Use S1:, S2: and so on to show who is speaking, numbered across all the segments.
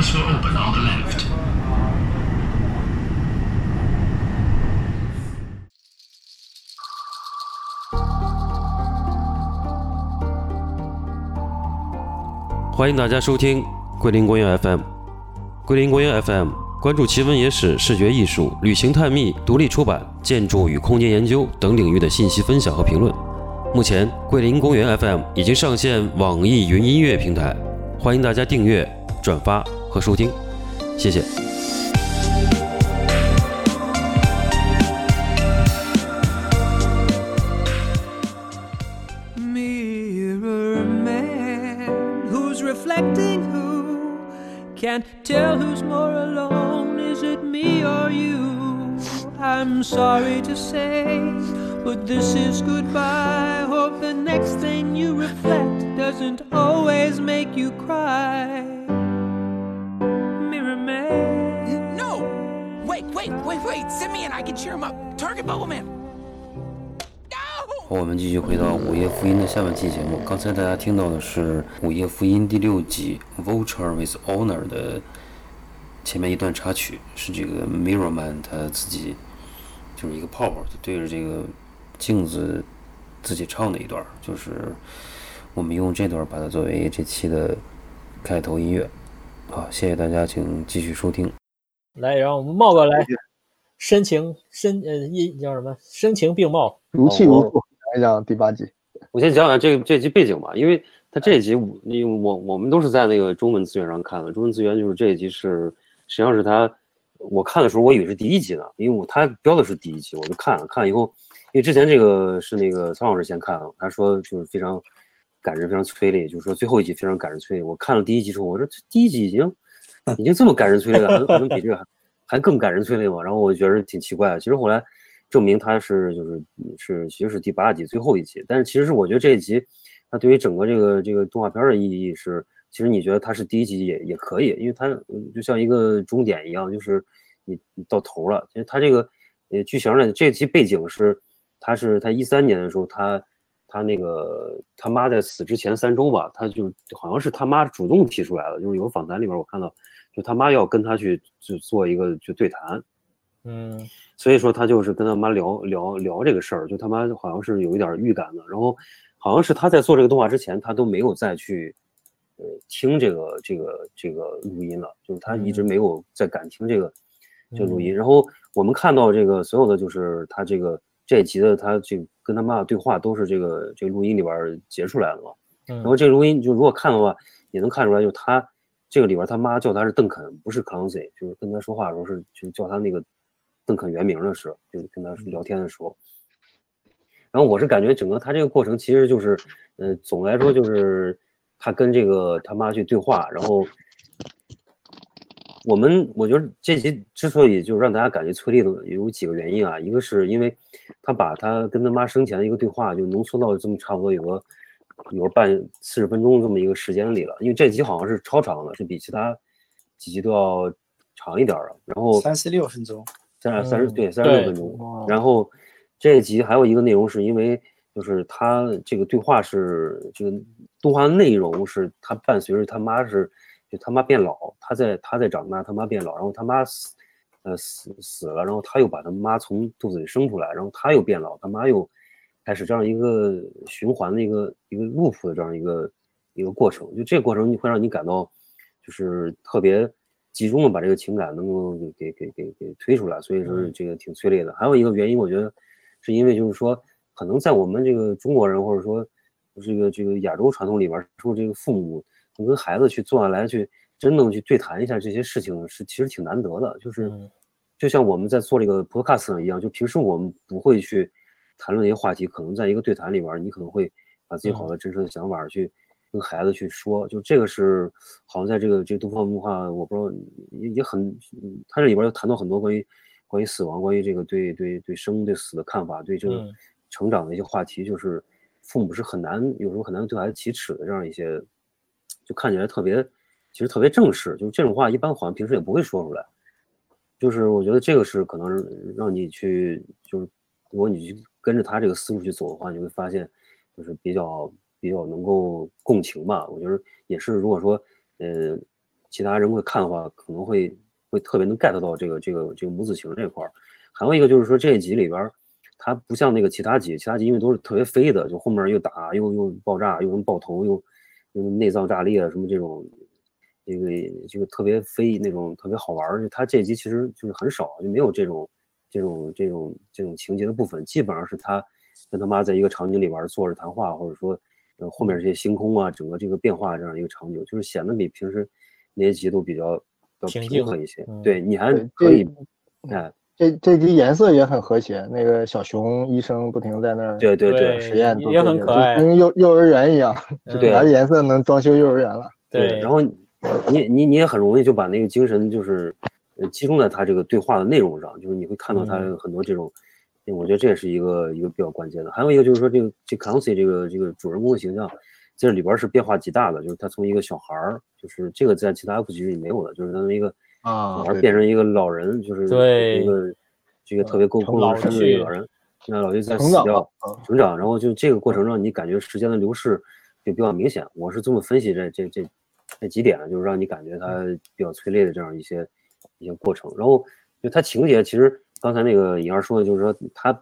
S1: on the left.
S2: 欢迎大家收听桂林公园 FM。桂林公园 FM 关注奇闻野史、视觉艺术、旅行探秘、独立出版、建筑与空间研究等领域的信息分享和评论。目前，桂林公园 FM 已经上线网易云音乐平台，欢迎大家订阅、转发和收听，谢谢。
S3: Mirror man who's reflecting who can't tell who's more alone. Is it me or you? I'm sorry to say, but this is goodbye. Hope the next thing you reflect doesn't always make you cry. Mirror man.
S4: No! Wait, wait, wait, wait! Send me and I can cheer him up. Target Bubble Man! No!
S5: 好，我们继续回到《午夜福音》的下半期节目。刚才大家听到的是《午夜福音》第六集《Vulture with Honor》的前面一段插曲，是这个 Mirror Man 他自己就是一个泡泡，他对着这个镜子自己唱的一段儿，就是我们用这段儿把它作为这期的开头音乐。好，谢谢大家，请继续收听。
S6: 来，然后我们茂哥来，深情深呃一叫什么？深情并茂。
S7: 如泣如诉，讲一哦讲第八集。
S2: 我先讲讲这这集背景吧，因为它这一集我那我我们都是在那个中文资源上看的，中文资源就是这一集是实际上是它，我看的时候我以为是第一集呢，因为我它标的是第一集，我就看了看了以后，因为之前这个是那个苍老师先看了，他说就是非常感人，非常催泪，就是说最后一集非常感人催泪。我看了第一集之后，我说这第一集已经已经这么感人催泪了，还能还能比这个还还更感人催泪吗？然后我觉得挺奇怪的。其实后来证明它是就是是其实是第八集最后一集，但是其实是我觉得这一集它对于整个这个这个动画片儿的意义是，其实你觉得它是第一集也也可以，因为它嗯就像一个终点一样，就是你你到头了。其实它这个呃剧情呢，这集背景是它是它一三年的时候，他他那个他妈在死之前三周吧，他就好像是他妈主动提出来的，就是有个访谈里边我看到，就他妈要跟他去就做一个就对谈，
S6: 嗯
S2: 所以说他就是跟他妈聊聊聊这个事儿，就他妈好像是有一点预感的。然后好像是他在做这个动画之前，他都没有再去呃听这个这个这个录音了，就是他一直没有再敢听这个、这个录音。然后我们看到这个所有的就是他这个这一集的他这个跟他妈的对话都是这个这个录音里边儿截出来的嘛。
S6: 嗯
S2: 然后这个录音就如果看的话，也能看出来，就是他这个里边他妈叫他是邓肯，不是 Clancy，就是跟他说话的时候是就叫他那个邓肯原名的时候，就是跟他聊天的时候。然后我是感觉整个他这个过程其实就是，呃，总的来说就是他跟这个他妈去对话，然后我们我觉得这集之所以就让大家感觉催泪的有几个原因啊，一个是因为他把他跟他妈生前的一个对话就浓缩到这么差不多有个有个半四十分钟这么一个时间里了，因为这集好像是超长的，是比其他几集都要长一点儿啊。然后
S8: 三十六分钟，
S2: 三三十
S6: 嗯
S2: 对三十六
S6: 对
S2: 分钟
S8: 哇。
S2: 然后这一集还有一个内容是因为就是他这个对话是这个动画内容是他伴随着他妈是就他妈变老，他在他在长大，他妈变老，然后他妈死呃死死了，然后他又把他妈从肚子里生出来，然后他又变老，他妈又开始这样一个循环的一个一个 loop 的这样一个一个过程。就这个过程，你会让你感到就是特别集中的把这个情感能够给给给给给推出来，所以说这个挺催泪的。还有一个原因，我觉得是因为就是说，可能在我们这个中国人或者说这个这个亚洲传统里边儿，说这个父母跟孩子去坐下来去真正去对谈一下这些事情，是其实挺难得的，就是。
S6: 嗯
S2: 就像我们在做这个 podcast 上一样，就平时我们不会去谈论一些话题，可能在一个对谈里边儿，你可能会把自己好的真实的想法儿去跟孩子去说，就这个是好像在这个这个东方文化，我不知道也也很，嗯它这里边儿又谈到很多关于关于死亡，关于这个对对对生对死的看法，对这个
S6: 嗯
S2: 成长的一些话题，就是父母是很难有时候很难对孩子启齿的这样一些，就看起来特别其实特别正式，就是这种话一般好像平时也不会说出来。就是我觉得这个是可能让你去，就是如果你去跟着他这个思路去走的话，你会发现就是比较比较能够共情吧。我觉得也是，如果说呃其他人会看的话，可能会会特别能 get 到这个这个这个母子情这块儿。还有一个就是说这一集里边儿，它不像那个其他集，其他集因为都是特别飞的，就后面又打又又爆炸又能爆头又又内脏炸裂啊什么这种，这个这个特别飞那种特别好玩儿。它这一集其实就是很少，就没有这种这种这种这种情节的部分，基本上是他跟他妈在一个场景里边儿坐着谈话，或者说。呃，后面这些星空啊，整个这个变化这样一个场景，就是显得比平时那些集都比较比较
S6: 平
S2: 平
S6: 静
S2: 和一些。
S6: 嗯
S2: 对你还
S7: 对嗯
S2: 可以，
S7: 这
S2: 哎，
S7: 这这集颜色也很和谐，那个小熊医生不停在那儿
S2: 对对
S6: 对
S7: 实验做这些，
S6: 也很可爱
S7: 就跟幼幼儿园一样，
S6: 嗯
S2: 对
S7: 本来颜色能装修幼儿园了。
S6: 对，
S2: 啊然后你你你也很容易就把那个精神就是呃集中在他这个对话的内容上，就是你会看到他
S6: 嗯
S2: 很多这种，我觉得这也是一个一个比较关键的。还有一个就是说这个这 c o n c y 这个这个主人公的形象，这里边儿是变化极大的，就是他从一个小孩儿，就是这个在其他 F 集里没有的，就是他的一个
S7: 啊
S2: 而变成一个老人，就是
S6: 对呃
S2: 一个这个特别够
S6: 成
S2: 功
S6: 老
S2: 能深的一
S6: 去
S2: 个老人，那老人在
S7: 成
S2: 死
S7: 长
S2: 掉
S7: 了嗯
S2: 成长，然后就这个过程让你感觉时间的流逝就比较明显。我是这么分析这这这这几点，啊就是让你感觉它比较催泪的这样一些一些过程。然后就它情节，其实刚才那个颖儿说的，就是说它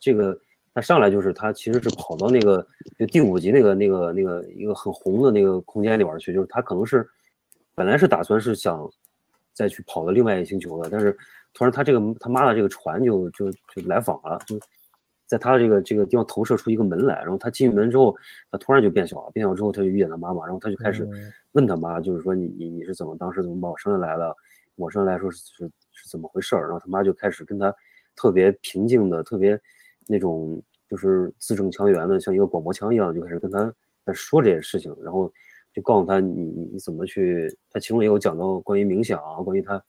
S2: 这个它上来就是它其实是跑到那个就第五集那个那个那个一个很红的那个空间里边儿去，就是它可能是本来是打算是想再去跑到另外一个星球的，但是突然他这个他妈的这个船就就就来访了，就在他这个这个地方投射出一个门来，然后他进门之后，他突然就变小了，变小之后他就遇见他妈妈，然后他就开始
S6: 嗯
S2: 问他妈，就是说你你你是怎么当时怎么把我生下来的，我生下来说是是是怎么回事儿，然后他妈就开始跟他特别平静的，特别那种就是字正腔圆的，像一个广播腔一样，就开始跟他在说这些事情，然后就告诉他你你你怎么去，他其中也有讲到关于冥想啊，关于他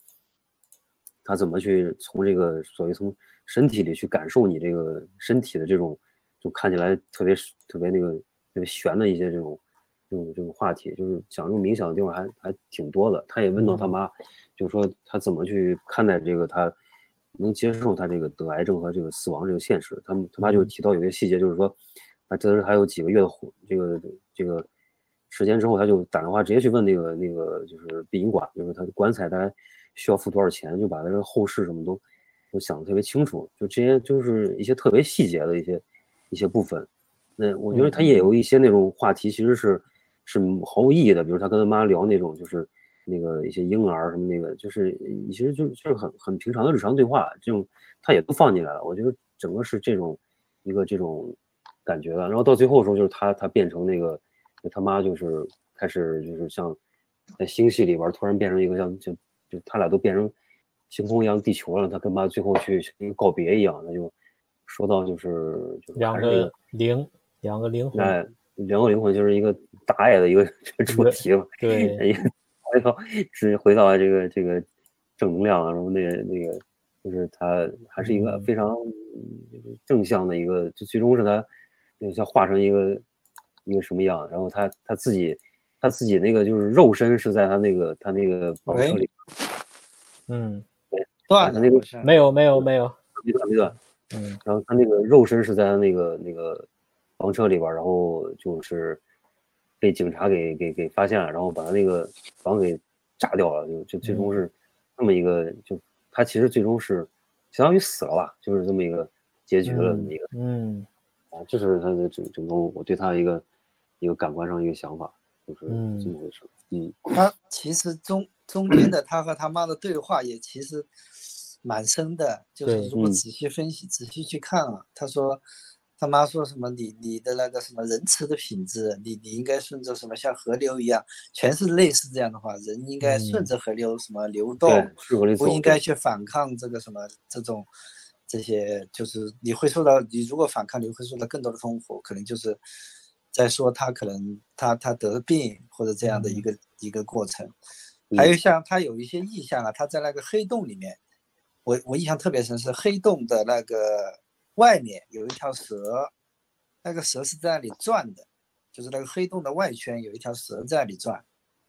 S2: 他怎么去从这个所谓从身体里去感受你这个身体的这种，就看起来特别特别那个特别玄的一些这种这种这种话题，就是讲这种冥想的地方还还挺多的。他也问到他妈，就是说他怎么去看待这个他能接受他这个得癌症和这个死亡这个现实。他们他妈就提到有些细节，就是说他这是还有几个月的活这个这个时间之后，他就打电话直接去问那个那个就是殡仪馆，就是他的棺材大概需要付多少钱，就把他这个后事什么都都想的特别清楚，就这些就是一些特别细节的一些一些部分。那我觉得他也有一些那种话题，其实是是毫无意义的，比如他跟他妈聊那种就是那个一些婴儿什么那个，就是其实就就是很很平常的日常对话，这种他也都放进来了。我觉得整个是这种一个这种感觉吧。然后到最后的时候，就是他他变成那个他妈，就是开始就是像在星系里边儿突然变成一个像就就他俩都变成星空一样地球了，他跟妈最后去去告别一样，他就说到就是就是
S6: 两
S2: 还是那个
S6: 个灵，两个灵魂，
S2: 哎，人物灵魂就是一个大爱的一个 主题嘛，
S6: 对
S2: 一个回到是回到这个这个正能量啊，然后那个那个就是他还是一个
S6: 嗯
S2: 非常嗯正向的一个，就最终是他就像化成一个一个什么样，然后他他自己他自己那个就是肉身是在他那个他那个保
S6: 哎
S1: 喂
S2: 车里，
S6: 嗯，
S1: 断了，
S2: 那个
S1: 不是
S6: 没有没有没有，
S2: 一段一段，
S6: 嗯，
S2: 然后他那个肉身是在他那个那个房车里边儿，然后就是被警察给给给发现了，然后把他那个房给炸掉了，就就最
S1: 嗯
S2: 终是这么一个，就他其实最终是相当于死了吧，就是这么一个结局了，这么一个
S6: 嗯
S2: 啊，这是他的整整个我对他一个一个感官上一个想法，就是这么回事儿。嗯，
S1: 他其实中中间的他和他妈的对话也其实蛮深的，就是
S6: 对
S1: 如果
S2: 嗯
S1: 仔细分析、仔细去看啊，他说他妈说什么你你的那个什么仁慈的品质，你你应该顺着什么像河流一样，全是类似这样的话，人应该顺
S6: 嗯
S1: 着河流什么流动，
S2: 对，适合你走
S1: 不，应该去反抗这个什么这种这些，就是你会受到，你如果反抗，你会受到更多的痛苦，可能就是在说他可能他他得了病或者这样的一个、一个过程。还有像他有一些意象啊，他在那个黑洞里面，我我印象特别深是黑洞的那个外面有一条蛇，那个蛇是在那里转的，就是那个黑洞的外圈有一条蛇在那里转，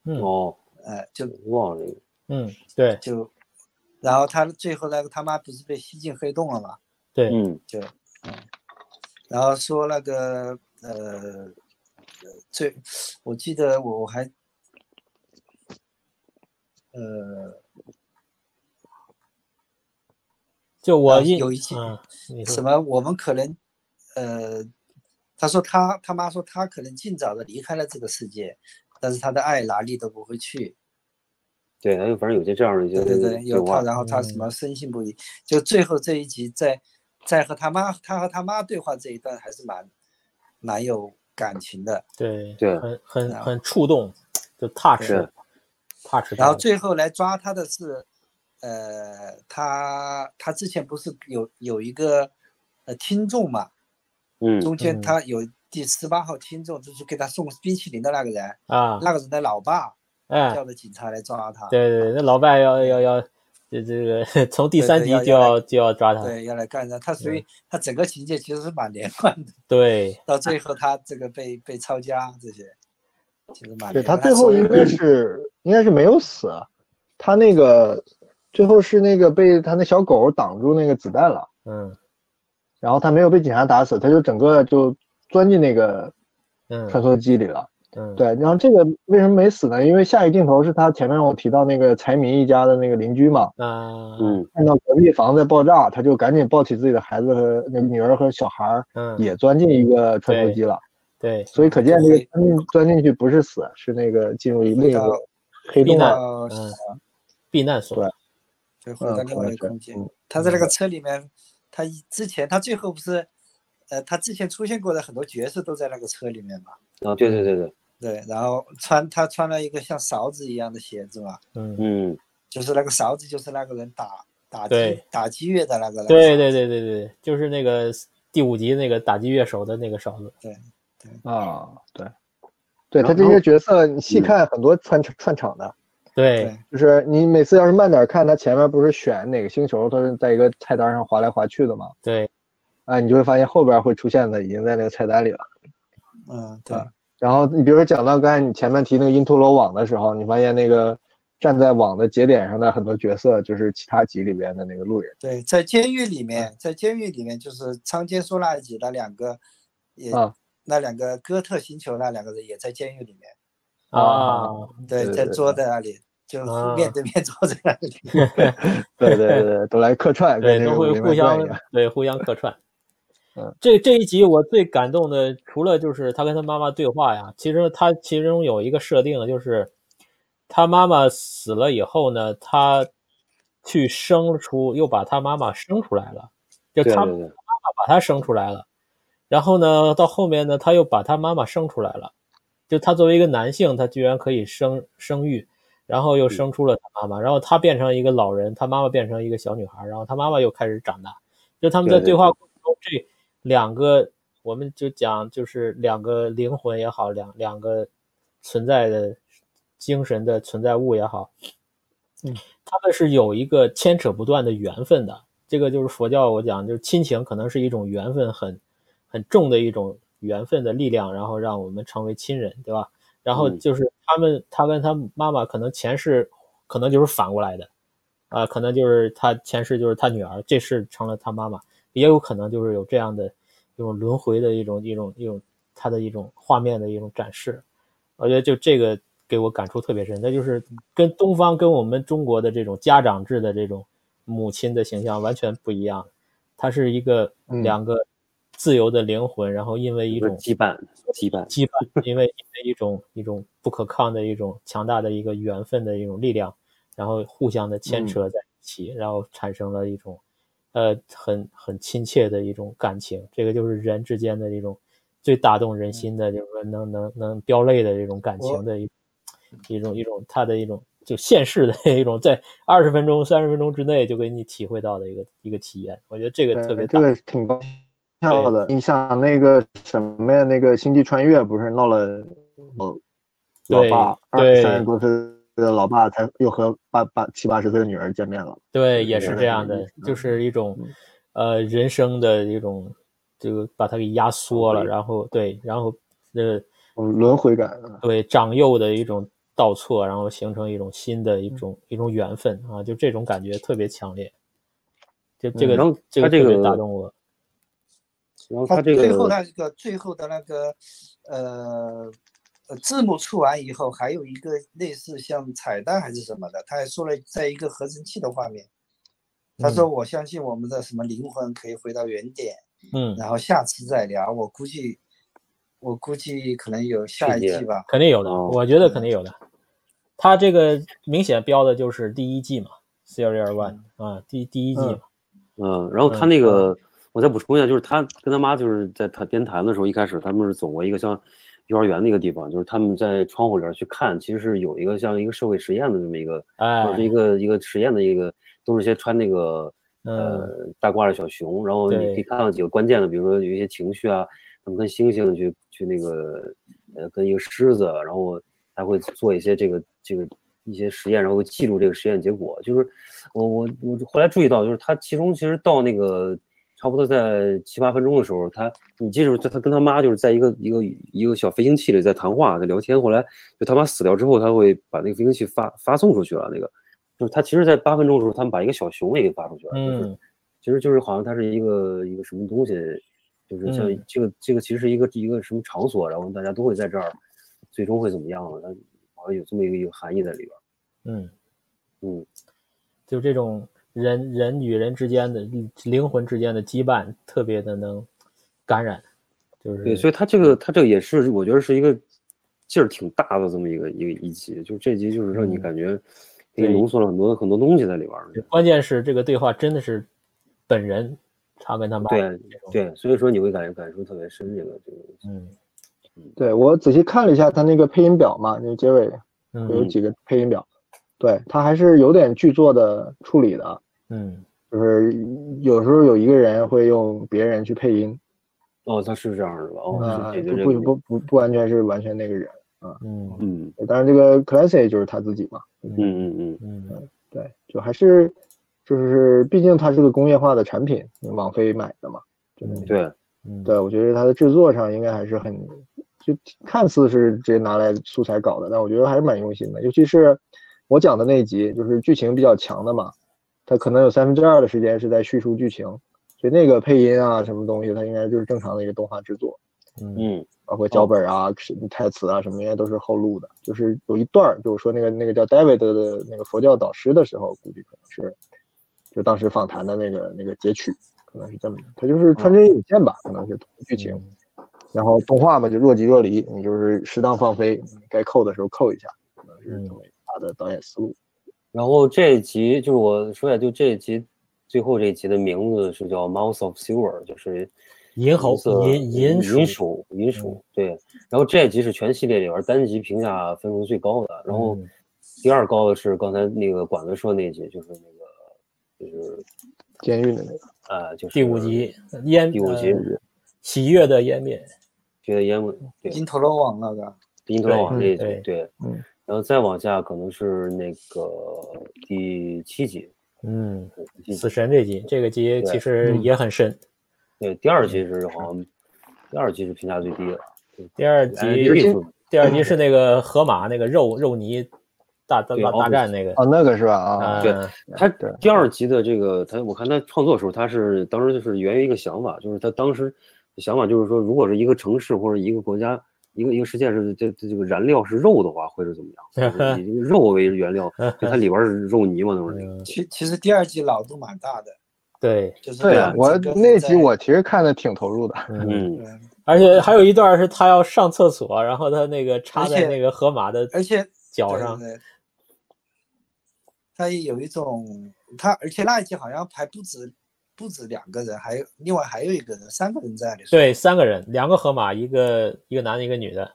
S6: 嗯
S2: 哦，
S1: 呃，就
S2: 忘了这个，
S6: 嗯，对
S1: 就，然后他最后那个他妈不是被吸进黑洞了嘛？
S6: 对，
S2: 嗯，
S1: 就，嗯，然后说那个呃，呃最我记得我我还呃，
S6: 就我
S1: 呃
S6: 印
S1: 有一期
S6: 嗯你说
S1: 什么我们可能，呃，他说他他妈说他可能尽早的离开了这个世界，但是他的爱哪里都不会去。
S2: 对，还有反正有些这样的一些
S1: 对对对，有
S2: 话
S1: 他，，然后他什么深信不疑。就最后这一集在在和他妈他和他妈对话这一段还是蛮蛮有感情的。
S6: 对
S2: 对
S6: 很很
S1: 然后
S6: 很触动，就 touch
S2: 是
S6: touch
S1: 然后
S6: 到
S1: 最后来抓他的是，呃，他他之前不是有有一个呃听众嘛，
S2: 嗯，
S1: 中间
S6: 嗯
S1: 他有第十八号听众，就是给他送冰淇淋的那个人，
S6: 啊，
S1: 那个人的老爸
S6: 哎，
S1: 叫的警察来抓他，
S6: 对对，对那老外要要要，这这个 从第
S1: 对
S6: 三
S1: 对
S6: 集
S1: 要
S6: 就
S1: 要
S6: 要就要抓他，
S1: 对，要来干他。他所以
S6: 嗯
S1: 他整个情节其实是蛮连贯的，
S6: 对
S1: 到最后他这个被被抄家这些，其实蛮
S7: 对
S1: 连贯。
S7: 他最后
S1: 所以
S7: 应该是应该是没有死，啊他那个最后是那个被他那小狗挡住那个子弹了，
S6: 嗯
S7: 然后他没有被警察打死，他就整个就钻进那个穿
S6: 嗯
S7: 梭机里了。
S6: 嗯，
S7: 对，然后这个为什么没死呢？因为下一镜头是他前面我提到那个财迷一家的那个邻居嘛，
S6: 啊
S2: 嗯
S7: 看到隔壁房子在爆炸，他就赶紧抱起自己的孩子和那个女儿和小孩儿，
S6: 嗯
S7: 也钻进一个穿梭机了。
S6: 对
S7: 所以可见
S1: 就
S7: 这个
S1: 会
S7: 钻进钻进去不是死，是那个进入一另一
S1: 到
S7: 个黑
S6: 避
S7: 洞
S6: 难
S7: 了。
S1: 到
S6: 嗯避难所
S7: 对
S1: 对，回到
S7: 嗯
S1: 另
S7: 可
S1: 外
S7: 能
S1: 一
S7: 是
S1: 个空间
S7: 嗯。
S1: 他在那个车里面，他一之前他最后不是，呃，他之前出现过的很多角色都在那个车里面嘛。
S2: 啊，对对对对，
S1: 对，然后穿他穿了一个像勺子一样的鞋子嘛，
S6: 嗯
S2: 嗯，
S1: 就是那个勺子，就是那个人打打击
S6: 对
S1: 打击乐的那个人。
S6: 对对对对对，就是那个第五集那个打击乐手的那个勺子，
S7: 啊，对，对
S2: 然
S7: 他这
S2: 后
S7: 些角色，你细
S2: 嗯
S7: 看很多串串场的，
S6: 对
S1: 对
S7: 就是你每次要是慢点看，他前面不是选哪个星球，他是在一个菜单上划来划去的嘛，
S6: 对
S7: 啊，你就会发现后边会出现的已经在那个菜单里了。
S1: 嗯，对
S7: 啊然后你比如说讲到刚才你前面提那个因陀罗网的时候，你发现那个站在网的节点上的很多角色，就是其他集里边的那个路人。
S1: 对，在监狱里
S6: 嗯
S1: 面，在监狱里面就是仓坚说那一集那两个，也
S7: 啊
S1: 那两个哥特星球那两个人也在监狱里面，
S6: 啊，
S1: 对，
S7: 对
S1: 在
S7: 对
S1: 坐在那里，就
S6: 啊
S1: 面对面 坐在那里。
S7: 对对 对对，都来客串，
S6: 对
S7: 跟那
S6: 都
S7: 个
S6: 会
S7: 武林
S6: 互
S7: 外传
S6: 相
S7: 一样。
S6: 对互相客串
S7: 啊嗯。
S6: 这这一集我最感动的，除了就是他跟他妈妈对话呀，其实他其中有一个设定，就是他妈妈死了以后呢，他去生出，又把他妈妈生出来了，就
S2: 对
S6: 他
S2: 对对，
S6: 把他生出来了，然后呢，到后面呢，他又把他妈妈生出来了，就他作为一个男性，他居然可以生生育，然后
S2: 嗯
S6: 又生出了他妈妈，然后他变成一个老人，他妈妈变成一个小女孩，然后他妈妈又开始长大，就他们在
S2: 对对
S6: 对话
S2: 对
S6: 过程中，这两个我们就讲就是两个灵魂也好，两两个存在的精神的存在物也好，他们是有一个牵扯不断的缘分的。这个就是佛教，我讲就是亲情，可能是一种缘分很很重的一种缘分的力量，然后让我们成为亲人，对吧？然后
S2: 嗯
S6: 就是他们，他跟他妈妈可能前世可能就是反过来的，啊、可能就是他前世就是他女儿，这世成了他妈妈，也有可能就是有这样的一种轮回的一种一种一种他的一种画面的一种展示。我觉得就这个给我感触特别深，那就是跟东方跟我们中国的这种家长制的这种母亲的形象完全不一样，它是一个
S7: 嗯
S6: 两个自由的灵魂，然后因为一
S2: 就是
S6: 种
S2: 羁绊，羁绊，
S6: 羁绊，因为因为一种一种不可抗的一种强大的一个缘分的一种力量，然后互相的
S7: 嗯
S6: 牵扯在一起，然后产生了一种呃很很亲切的一种感情。这个就是人之间的一种最打动人
S7: 嗯
S6: 心的，就是说能能能飙泪的这种感情的一一种一种他的一种就现世的一种在二十分钟三十分钟之内就给你体会到的一个一个体验。我觉得这个特别大
S7: 对，这，个挺高效的。你想那个什么呀？那个《星际穿越》不是闹了老老
S6: 嗯对
S7: 爸二
S6: 对
S7: 三十多岁的老爸才又和八八七八十岁的女儿见面了。
S6: 对，也
S7: 是
S6: 是
S7: 这
S6: 这
S7: 样
S6: 样
S7: 的
S6: 的
S7: 意思，
S2: 啊
S6: 就
S7: 嗯
S6: 是一种
S7: 嗯，
S6: 呃，人生的一种，这个把它给压缩了，然
S2: 嗯
S6: 后对，然后呃，
S7: 嗯轮回感啊，
S6: 对长幼的一种倒错，然后形成一种新的一
S2: 嗯
S6: 种一种缘分啊，就这种感觉特别强烈。就这个
S2: 嗯然后，
S6: 这
S2: 它
S6: 个特
S2: 这
S6: 别打
S2: 个
S6: 动我。
S2: 然后
S1: 他
S2: 这
S1: 最
S2: 个
S1: 后那个最后的那个呃呃字幕出完以后，还有一个类似像彩蛋还是什么的，他还说了在一个合成器的画面，他说
S7: 嗯
S1: 我相信我们的什么灵魂可以回到原点，
S6: 嗯，
S1: 然后下次再聊。我估计，我估计可能有下一
S2: 细节
S1: 季吧。
S6: 肯定有的，
S2: 哦
S6: 我觉得肯定有的。他这个明显标的就是第一季嘛，Serial One 啊，第第一季嘛，
S2: 嗯，然后他那个，我再补充一下，就是他跟他妈就是在谈边谈的时候，一开始他们是走过一个像幼儿园那个地方，就是他们在窗户里边去看，其实是有一个像一个社会实验的这么一个，
S6: 哎
S2: 或者是一个一个实验的一个，都是一些穿那个
S6: 嗯
S2: 呃大褂的小熊，然后你可以
S6: 对
S2: 看到几个关键的，比如说有一些情绪啊，他们跟猩猩去去那个呃跟一个狮子，然后他会做一些这个这个一些实验，然后会记录这个实验结果。就是我我我后来注意到，就是他其中其实到那个差不多在七八分钟的时候，他你记住，他跟他妈就是在一个一个一个小飞行器里在谈话，在聊天。后来就他妈死掉之后，他会把那个飞行器发发送出去了。那个就是他其实，在八分钟的时候，他们把一个小熊也给发出去了。就是
S6: 嗯，
S2: 其实就是好像它是一个一个什么东西，就是像
S6: 嗯
S2: 这个、这个其实是一个一个什么场所，然后大家都会在这儿，最终会怎么样呢？它好像有这么一个一个含义在里边儿。
S6: 嗯，
S2: 嗯，
S6: 就这种人人与人之间的灵魂之间的羁绊，特别的能感染，就是
S2: 对，所以它这个它这个也是我觉得是一个劲儿挺大的这么一个一个一集，就是这集就是让你
S6: 嗯
S2: 感觉给你
S6: 对
S2: 浓缩了很多很多东西在里边儿。
S6: 关键是这个对话真的是本人，他跟他妈
S2: 对
S6: 这种，
S2: 对，所以说你会感感受特别深这个这个东西。
S6: 嗯
S7: 对我仔细看了一下他那个配音表嘛，那个结尾有
S6: 嗯
S7: 几个配音表，对他还是有点剧作的处理的，
S6: 嗯
S7: 就是有时候有一个人会用别人去配音，
S2: 哦，它是这样的吧？
S7: 啊、
S2: 哦，是解决这
S7: 不
S2: 个
S7: 不。不不不完全是完全那个人，
S6: 嗯
S2: 嗯
S7: 当然这个 Classy 就是他自己嘛，
S2: 嗯嗯嗯，
S6: 嗯
S7: 对，就还是就是毕竟它是个工业化的产品，网飞买的嘛，对
S6: 嗯
S2: 对，
S6: 嗯，
S7: 对，我觉得它的制作上应该还是很，就看似是直接拿来素材搞的，但我觉得还是蛮用心的。尤其是我讲的那一集，就是剧情比较强的嘛，它可能有三分之二的时间是在叙述剧情，所以那个配音啊什么东西，它应该就是正常的一个动画制作，
S6: 嗯
S2: 嗯
S7: 包括脚本啊、是台词啊什么，应该都是后录的。就是有一段儿，就我说那个那个叫 David 的那个佛教导师的时候，估计可能是就当时访谈的那个那个截取，可能是这么的，它就是穿针引线吧，可能是同一剧情。然后动画嘛就若即若离，你就是适当放飞，该扣的时候扣一下，可能是这么一个大的导演思路。
S2: 然后这一集就是我说一下，就这一集最后这一集的名字是叫《Mouth of Silver》，就是
S6: 银猴
S2: 银色
S6: 银银
S2: 银
S6: 鼠嗯
S2: 鼠银鼠对。然后这一集是全系列里边单集评价分数最高的，然后
S6: 嗯
S2: 第二高的是刚才那个管子说那一集，就是那个就是
S7: 监狱的那个，
S2: 呃就是
S6: 第五集湮
S2: 第五集
S6: 呃喜悦的湮灭，
S2: 觉得烟味对
S1: 金陀罗网那个，
S2: 冰头网这一集
S6: 对嗯
S2: 对，
S7: 嗯
S2: 然后再往下可能是那个第七集，
S6: 嗯，
S2: 第七集
S6: 死神这集这个集其实
S2: 嗯
S6: 也很深，
S2: 对第二
S6: 嗯
S2: 集是好像第二集是评价最低的。
S6: 第二集
S2: 哎这个意思
S6: 第二集是那个河马那个肉肉泥大大
S2: 对
S6: 大
S2: 奥
S6: 大
S2: 古
S6: 战那个，
S7: 哦，那个是吧？
S6: 嗯
S7: 啊，
S2: 对他
S7: 对
S2: 第二集的这个，他我看他创作的时候，他是当时就是源于一个想法，就是他当时想法就是说，如果是一个城市或者一个国家，一个一个世界是这这这个燃料是肉的话，会是怎么样？就是以这个肉为原料，就它里边是肉泥嘛，都是那个。
S1: 其其实第二季脑洞蛮大的，
S6: 对，
S1: 就是
S7: 对啊，我
S1: 整个
S7: 那
S1: 在
S7: 集我其实看的挺投入的。
S6: 嗯，
S2: 嗯，
S1: 嗯
S6: 而且还有一段是他要上厕所，然后他那个插在
S1: 而且
S6: 那个河马的
S1: 而且
S6: 脚
S1: 对
S6: 上，
S1: 对对他也有一种他，而且那一集好像还不止不止两个人，还有另外还有一个人，三个人在里。，
S6: 对，三个人，两个河马，一个一个男的，一个女的，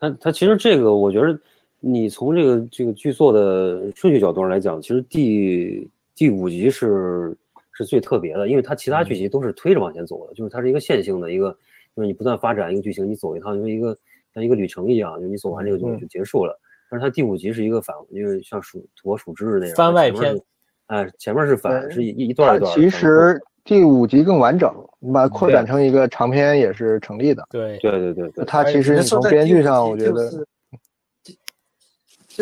S2: 他他其实这个，我觉得你从这个这个剧作的顺序角度上来讲，其实第第五集是是最特别的，因为它其他
S6: 嗯
S2: 剧集都是推着往前走的，就是它是一个线性的一个，就是你不断发展一个剧情，你走一趟就是一个像一个旅程一样，就你走完这个就
S7: 嗯
S2: 就结束了。但是它第五集是一个反，就是像数我数枝那样
S6: 番外篇，
S2: 前面是哎，前面是反，
S7: 对
S2: 是一一段
S7: 它
S2: 一段的。
S7: 其实第五集更完整，你把它扩
S6: 对
S7: 展成一个长篇也是成立的。
S6: 对，
S2: 对对对对，
S7: 它其
S1: 只
S7: 实你
S1: 能说
S7: 从
S1: 在
S7: 编
S1: 第五
S7: 剧上，
S1: 季
S7: 我觉
S1: 就
S7: 得
S1: 是就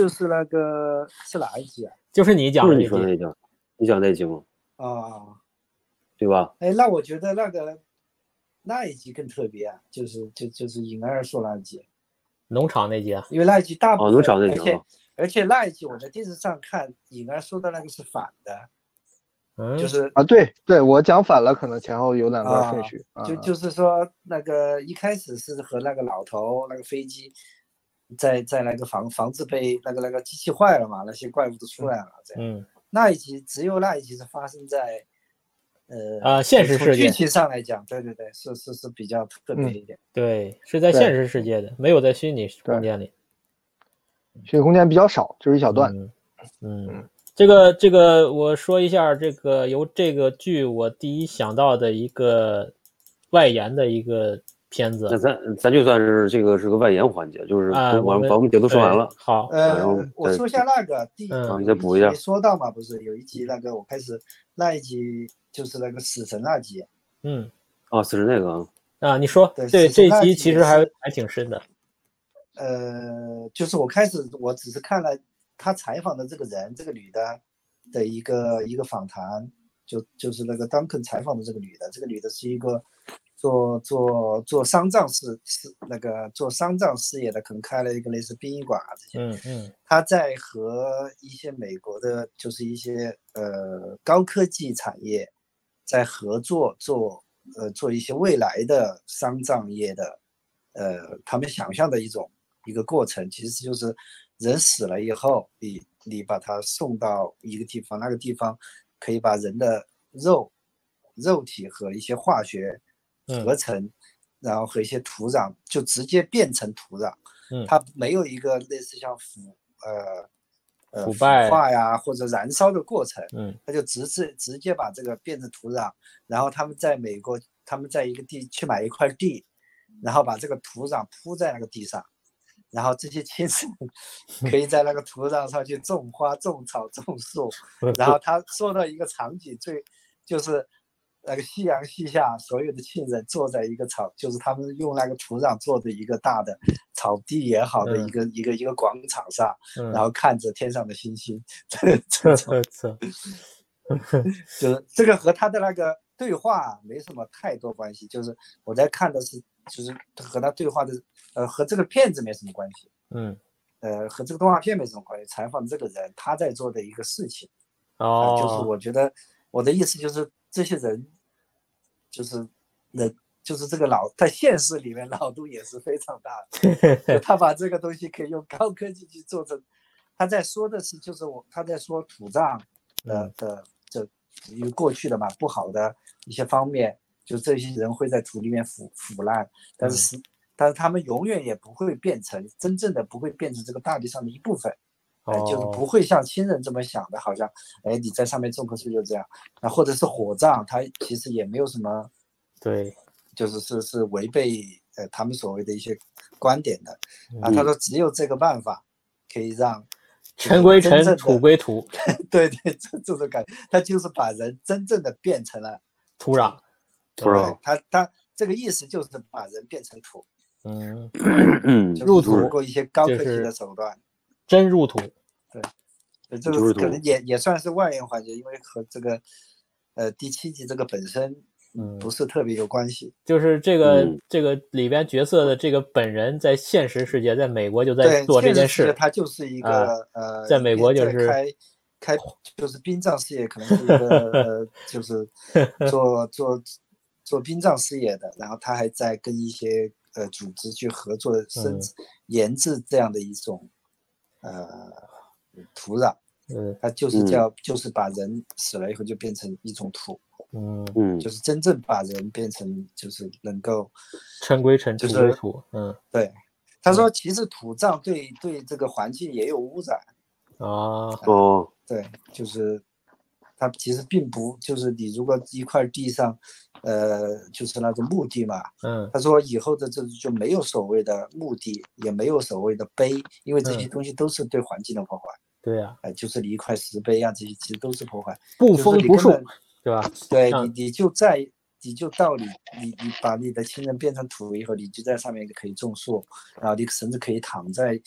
S1: 就是那个是哪一集啊？
S6: 就是你讲
S2: 就
S6: 的
S2: 是
S6: 那
S2: 你说
S6: 集，
S2: 那讲，你讲那集吗？
S1: 啊、
S2: 对吧？
S1: 哎，那我觉得那个那一集更特别啊，就是就就是颖儿说那一集，
S6: 农场那集啊，
S1: 因为那一集大部
S2: 哦，
S1: 分
S2: 能找那
S1: 而
S2: 集
S1: 且
S2: 啊，
S1: 而且那一集我在电视上看，颖儿说的那个是反的，
S6: 嗯，
S1: 就是
S7: 啊，对对，我讲反了，可能前后有两段
S1: 啊
S7: 顺序，啊
S1: 就就是说那个一开始是和那个老头那个飞机在在那个房房子被那个那个机器坏了嘛，那些怪物都出来了，这样
S6: 嗯
S1: 那一集只有那一集是发生在。呃
S6: 啊现实
S1: 从
S6: 世界
S1: 剧情上来讲，对对对，是是是比较特别一点。
S6: 对，是在
S7: 对
S6: 现实世界的，没有在虚拟空间里。
S7: 虚拟空间比较少，就是一小段。
S6: 嗯，嗯，这个这个，我说一下这个由这个剧我第一想到的一个外延的一个片子
S2: 那咱咱就算是这个是个外延环节，就是
S6: 啊，
S2: 把
S6: 我们
S2: 把我们解读说完了
S6: 对。好，
S2: 然
S1: 呃
S2: 后，
S1: 我
S2: 再
S1: 说一下那个第
S6: 嗯
S1: 有
S2: 你再补一下
S1: 集说到嘛，不是有一集那个我开始那一集就是那个死神那集，
S6: 嗯
S2: 哦，死神那个啊，
S6: 啊，你说，
S1: 对
S6: 对，
S1: 是
S6: 这
S1: 那
S6: 集
S1: 集
S6: 其
S1: 也
S6: 实还
S1: 是
S6: 还挺深的，
S1: 呃，就是我开始我只是看了他采访的这个人，这个女的的一个一个访谈，就就是那个 Duncan 采访的这个女的，这个女的是一个做做做丧葬事事那个做丧葬事业的，可能开了一个类似殡仪馆啊这些，
S6: 嗯 嗯
S1: 他在和一些美国的，就是一些呃高科技产业在合作做呃做一些未来的丧葬业的，呃他们想象的一种一个过程，其实就是人死了以后，你你把他送到一个地方，那个地方可以把人的肉肉体和一些化学
S6: 嗯
S1: 合成，然后和一些土壤就直接变成土壤。
S6: 嗯，
S1: 它没有一个类似像腐呃呃
S6: 腐
S1: 腐
S6: 败
S1: 化呀或者燃烧的过程，
S6: 嗯
S1: 它就直接直接把这个变成土壤，然后他们在美国，他们在一个地去买一块地，然后把这个土壤铺在那个地上，然后这些亲子 可以在那个土壤上去种花、种草、种树， 然后他说到一个场景最就是。那个夕阳西下，所有的亲人坐在一个草，就是他们用那个土壤做的一个大的草地也好的
S6: 嗯
S1: 一个、一个一个广场上，
S6: 嗯，
S1: 然后看着天上的星星，这这种
S6: 我操，
S1: 就是这个和他的那个对话没什么太多关系，就是我在看的是，就是和他对话的，呃，和这个片子没什么关系，
S6: 嗯，
S1: 呃，和这个动画片没什么关系。采访这个人他在做的一个事情，啊、
S6: 哦，
S1: 就是我觉得我的意思就是这些人，就是人，就是这个脑在现实里面脑洞也是非常大的。就他把这个东西可以用高科技去做成。他在说的是，就是我他在说土葬的的这因为过去的嘛不好的一些方面，就这些人会在土里面腐腐烂，但是是但是他们永远也不会变成真正的不会变成这个大地上的一部分，哎，就是不
S6: 哦，
S1: 会像亲人这么想的，好像哎你在上面种棵树就这样，那或者是火葬，它其实也没有什么。
S6: 对，
S1: 就是是是违背呃他们所谓的一些观点的啊。
S2: 嗯
S1: 他说只有这个办法可以让
S6: 尘归
S1: 真正
S6: 尘，
S1: 的
S6: 土归土，
S1: 对对这这种感觉，他就是把人真正的变成了
S6: 土壤，
S2: 土壤
S1: 对，他他这个意思就是把人变成土，
S6: 嗯，
S2: 嗯，
S1: 就是
S6: 入土
S1: 通过一些高
S6: 就
S1: 科技
S6: 是
S1: 的手段。
S6: 真入土，
S1: 对这
S2: 就是
S1: 个
S2: 土
S1: 可能也也算是外延环节，因为和这个呃第七集这个本身
S6: 嗯
S1: 不是特别有关系。
S6: 就是这个、
S2: 嗯
S6: 这个里边角色的这个本人在现实世界，在美国就在
S1: 对，
S6: 做这
S1: 确
S6: 件
S1: 实是
S6: 事，
S1: 它就是一
S6: 啊
S1: 个呃，
S6: 在美
S1: 一边
S6: 国就
S1: 在
S6: 是
S1: 开开就是殡葬事业，可能是一个呃， 就是做做做殡葬事业的，然后他还在跟一些呃组织去合作生
S6: 嗯
S1: 研制这样的一种呃土壤，
S6: 嗯
S1: 它就是
S2: 嗯
S1: 叫、就是把人死了以后就变成一种土，
S6: 嗯，
S2: 嗯，
S1: 就是真正把人变成就是能够
S6: 尘归尘，土
S1: 就是
S6: 归土，嗯，
S1: 对。他说，其实土葬对对这个环境也有污染。
S6: 啊，
S2: 哦，
S1: 对，就是它其实并不就是你如果一块地上，呃，就是那种墓地嘛，
S6: 嗯
S1: 他说以后的这就没有所谓的墓地，也没有所谓的碑，因为这些
S6: 嗯
S1: 东西都是对环境的破坏，
S6: 对啊呀、
S1: 哎、就是你一块石碑啊，这些其实都是破坏，
S6: 不
S1: 就是
S6: 封
S1: 你
S6: 不
S1: 根
S6: 树，
S1: 本
S6: 对吧？
S1: 对
S6: 嗯
S1: 你，你就在，你就到你，你你把你的亲人变成土以后，你就在上面可以种树，然后你甚至可以躺在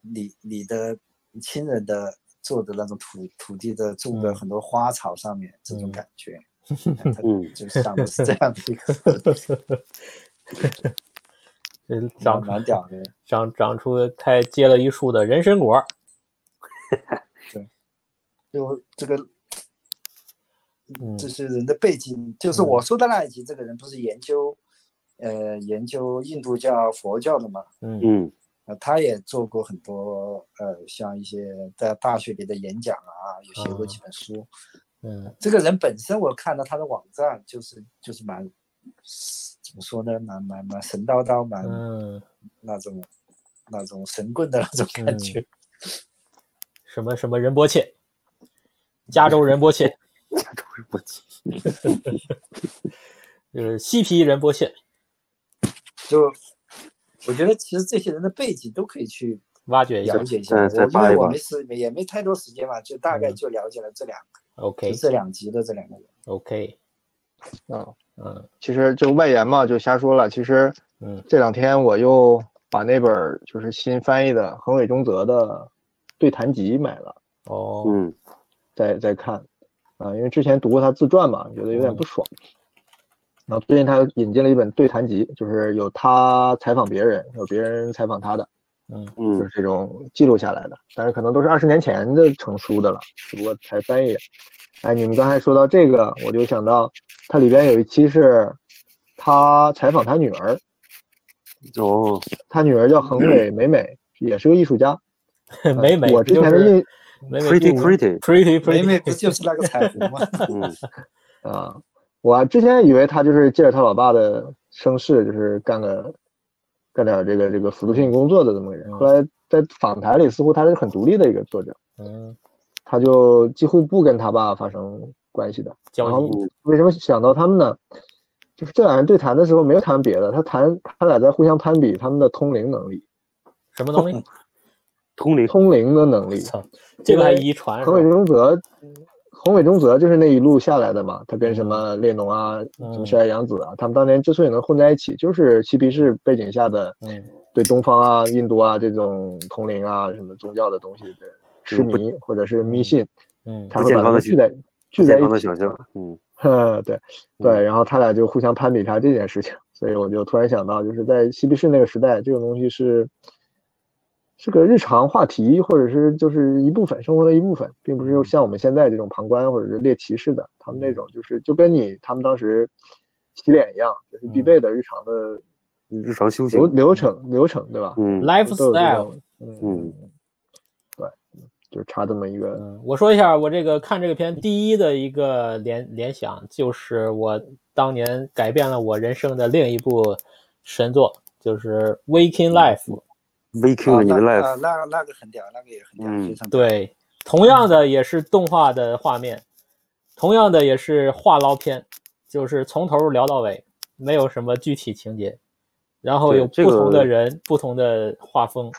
S1: 你你的亲人的做的那种土土地的种的
S6: 嗯
S1: 很多花草上面，这种
S6: 嗯
S1: 感 觉，嗯，
S2: 嗯
S1: 就想的是这样的一个，
S6: 呃长
S1: 蛮屌的。
S6: 长长出开结了一树的人参果儿。
S1: 就这个，
S6: 嗯
S1: 这是人的背景，就是我说的那一集，这个人不是研究，呃，研究印度教、佛教的嘛，
S6: 嗯
S2: 嗯
S1: 呃，他也做过很多，呃，像一些在大学里的演讲啊，有写过几本书。
S6: 嗯
S1: 这个人本身，我看到他的网站，就是就是蛮，怎么说呢，蛮蛮蛮神叨叨，蛮
S6: 嗯，
S1: 那种那种神棍的那种感觉。
S6: 什么什么仁波切，加州仁波切，
S2: 我去
S6: 就是西皮仁波切，
S1: 就我觉得，其实这些人的背景都可以去
S6: 挖掘一下
S1: 了。解一下。
S2: 再再
S1: 我因
S2: 扒一
S1: 为我
S2: 扒
S1: 没时也没太多时间嘛，就大概
S6: 嗯
S1: 就了解了这两个，
S6: OK
S1: 就这两集的这两个人。
S6: OK，
S7: 啊，
S6: 嗯
S7: 其实就外延嘛，就瞎说了。其实
S6: 嗯
S7: 这两天我又把那本儿就是新翻译的横尾中则的对谈集买了，
S6: 哦
S2: 嗯
S7: 在在看啊、因为之前读过他自传嘛，觉得
S6: 哦
S7: 有点不爽。然后最近他引进了一本对谈集，就是有他采访别人，有别人采访他的，
S6: 嗯
S7: 就
S2: 嗯
S7: 是这种记录下来的，但是可能都是二十年前的成书的了，只不过才翻译。哎，你们刚才说到这个，我就想到它里边有一期是他采访他女儿，
S2: 哦
S7: 他女儿叫横尾美美，也是个艺术家。呃
S6: 美美
S7: 我之
S6: 就
S7: 前的
S6: 是
S7: 印
S6: 美美
S2: ，pretty
S6: 就
S2: pretty，
S6: pretty
S1: 美
S6: pretty，
S1: 美不就是那个彩虹吗？
S2: 嗯
S7: 啊，我之前以为他就是借着他老爸的声势，就是干个干点这个这个辅助性工作的这么个人。后来在访谈里，似乎他是很独立的一个作者，
S6: 嗯，
S7: 他就几乎不跟他爸发生关系的。
S6: 交
S7: 然后
S6: 易
S2: 嗯
S7: 为什么想到他们呢？就是这两人对谈的时候没有谈别的，他谈他俩在互相攀比他们的通灵能力，
S6: 什么东西？
S2: 通灵，
S7: 通灵的能力。
S6: 操，这个还遗传是嗯
S7: 横尾
S6: 吧？
S7: 中则，横尾中则就是那一路下来的嘛，他跟什么
S6: 嗯
S7: 列侬啊、什么山下洋子啊，他们当年之所以能混在一起，就是嬉皮士背景下的
S6: 嗯
S7: 对东方啊、印度啊这种通灵啊、什么宗教的东西的痴迷或者是迷信，
S6: 嗯
S7: 他们把
S2: 不健康
S7: 他
S2: 的
S7: 们
S2: 去
S7: 聚在聚在
S2: 健
S7: 一
S2: 康的
S7: 起，
S2: 想象，嗯
S7: 呵， 对对，然后他俩就互相攀比他这件事情，所以我就突然想到，就是在嬉皮士那个时代，这种东西是是个日常话题，或者是就是一部分生活的一部分，并不是像我们现在这种旁观或者是猎奇式的，他们那种就是就跟你他们当时洗脸一样，就是必备的日常的
S2: 日常修行
S7: 流，流程流程，对吧？
S2: 嗯
S7: 都有这
S6: ，lifestyle
S7: 种，
S2: 嗯
S7: 嗯，对，就差这么一个，
S6: 嗯，我说一下，我这个看这个片第一的一个联联想，就是我当年改变了我人生的另一部神作，就是《Waking Life》。
S2: ，VQ
S1: 啊
S2: 了你的
S1: 那
S2: life，
S1: 啊
S6: 呃
S1: 那那个很屌，那个也很屌，
S2: 嗯
S1: 非常屌。
S6: 对，同样的也是动画的画面，同样的也是话唠片，就是从头聊到尾，没有什么具体情节，然后
S2: 对
S6: 有
S2: 这
S6: 不同
S2: 个
S6: 的人、不同的画风。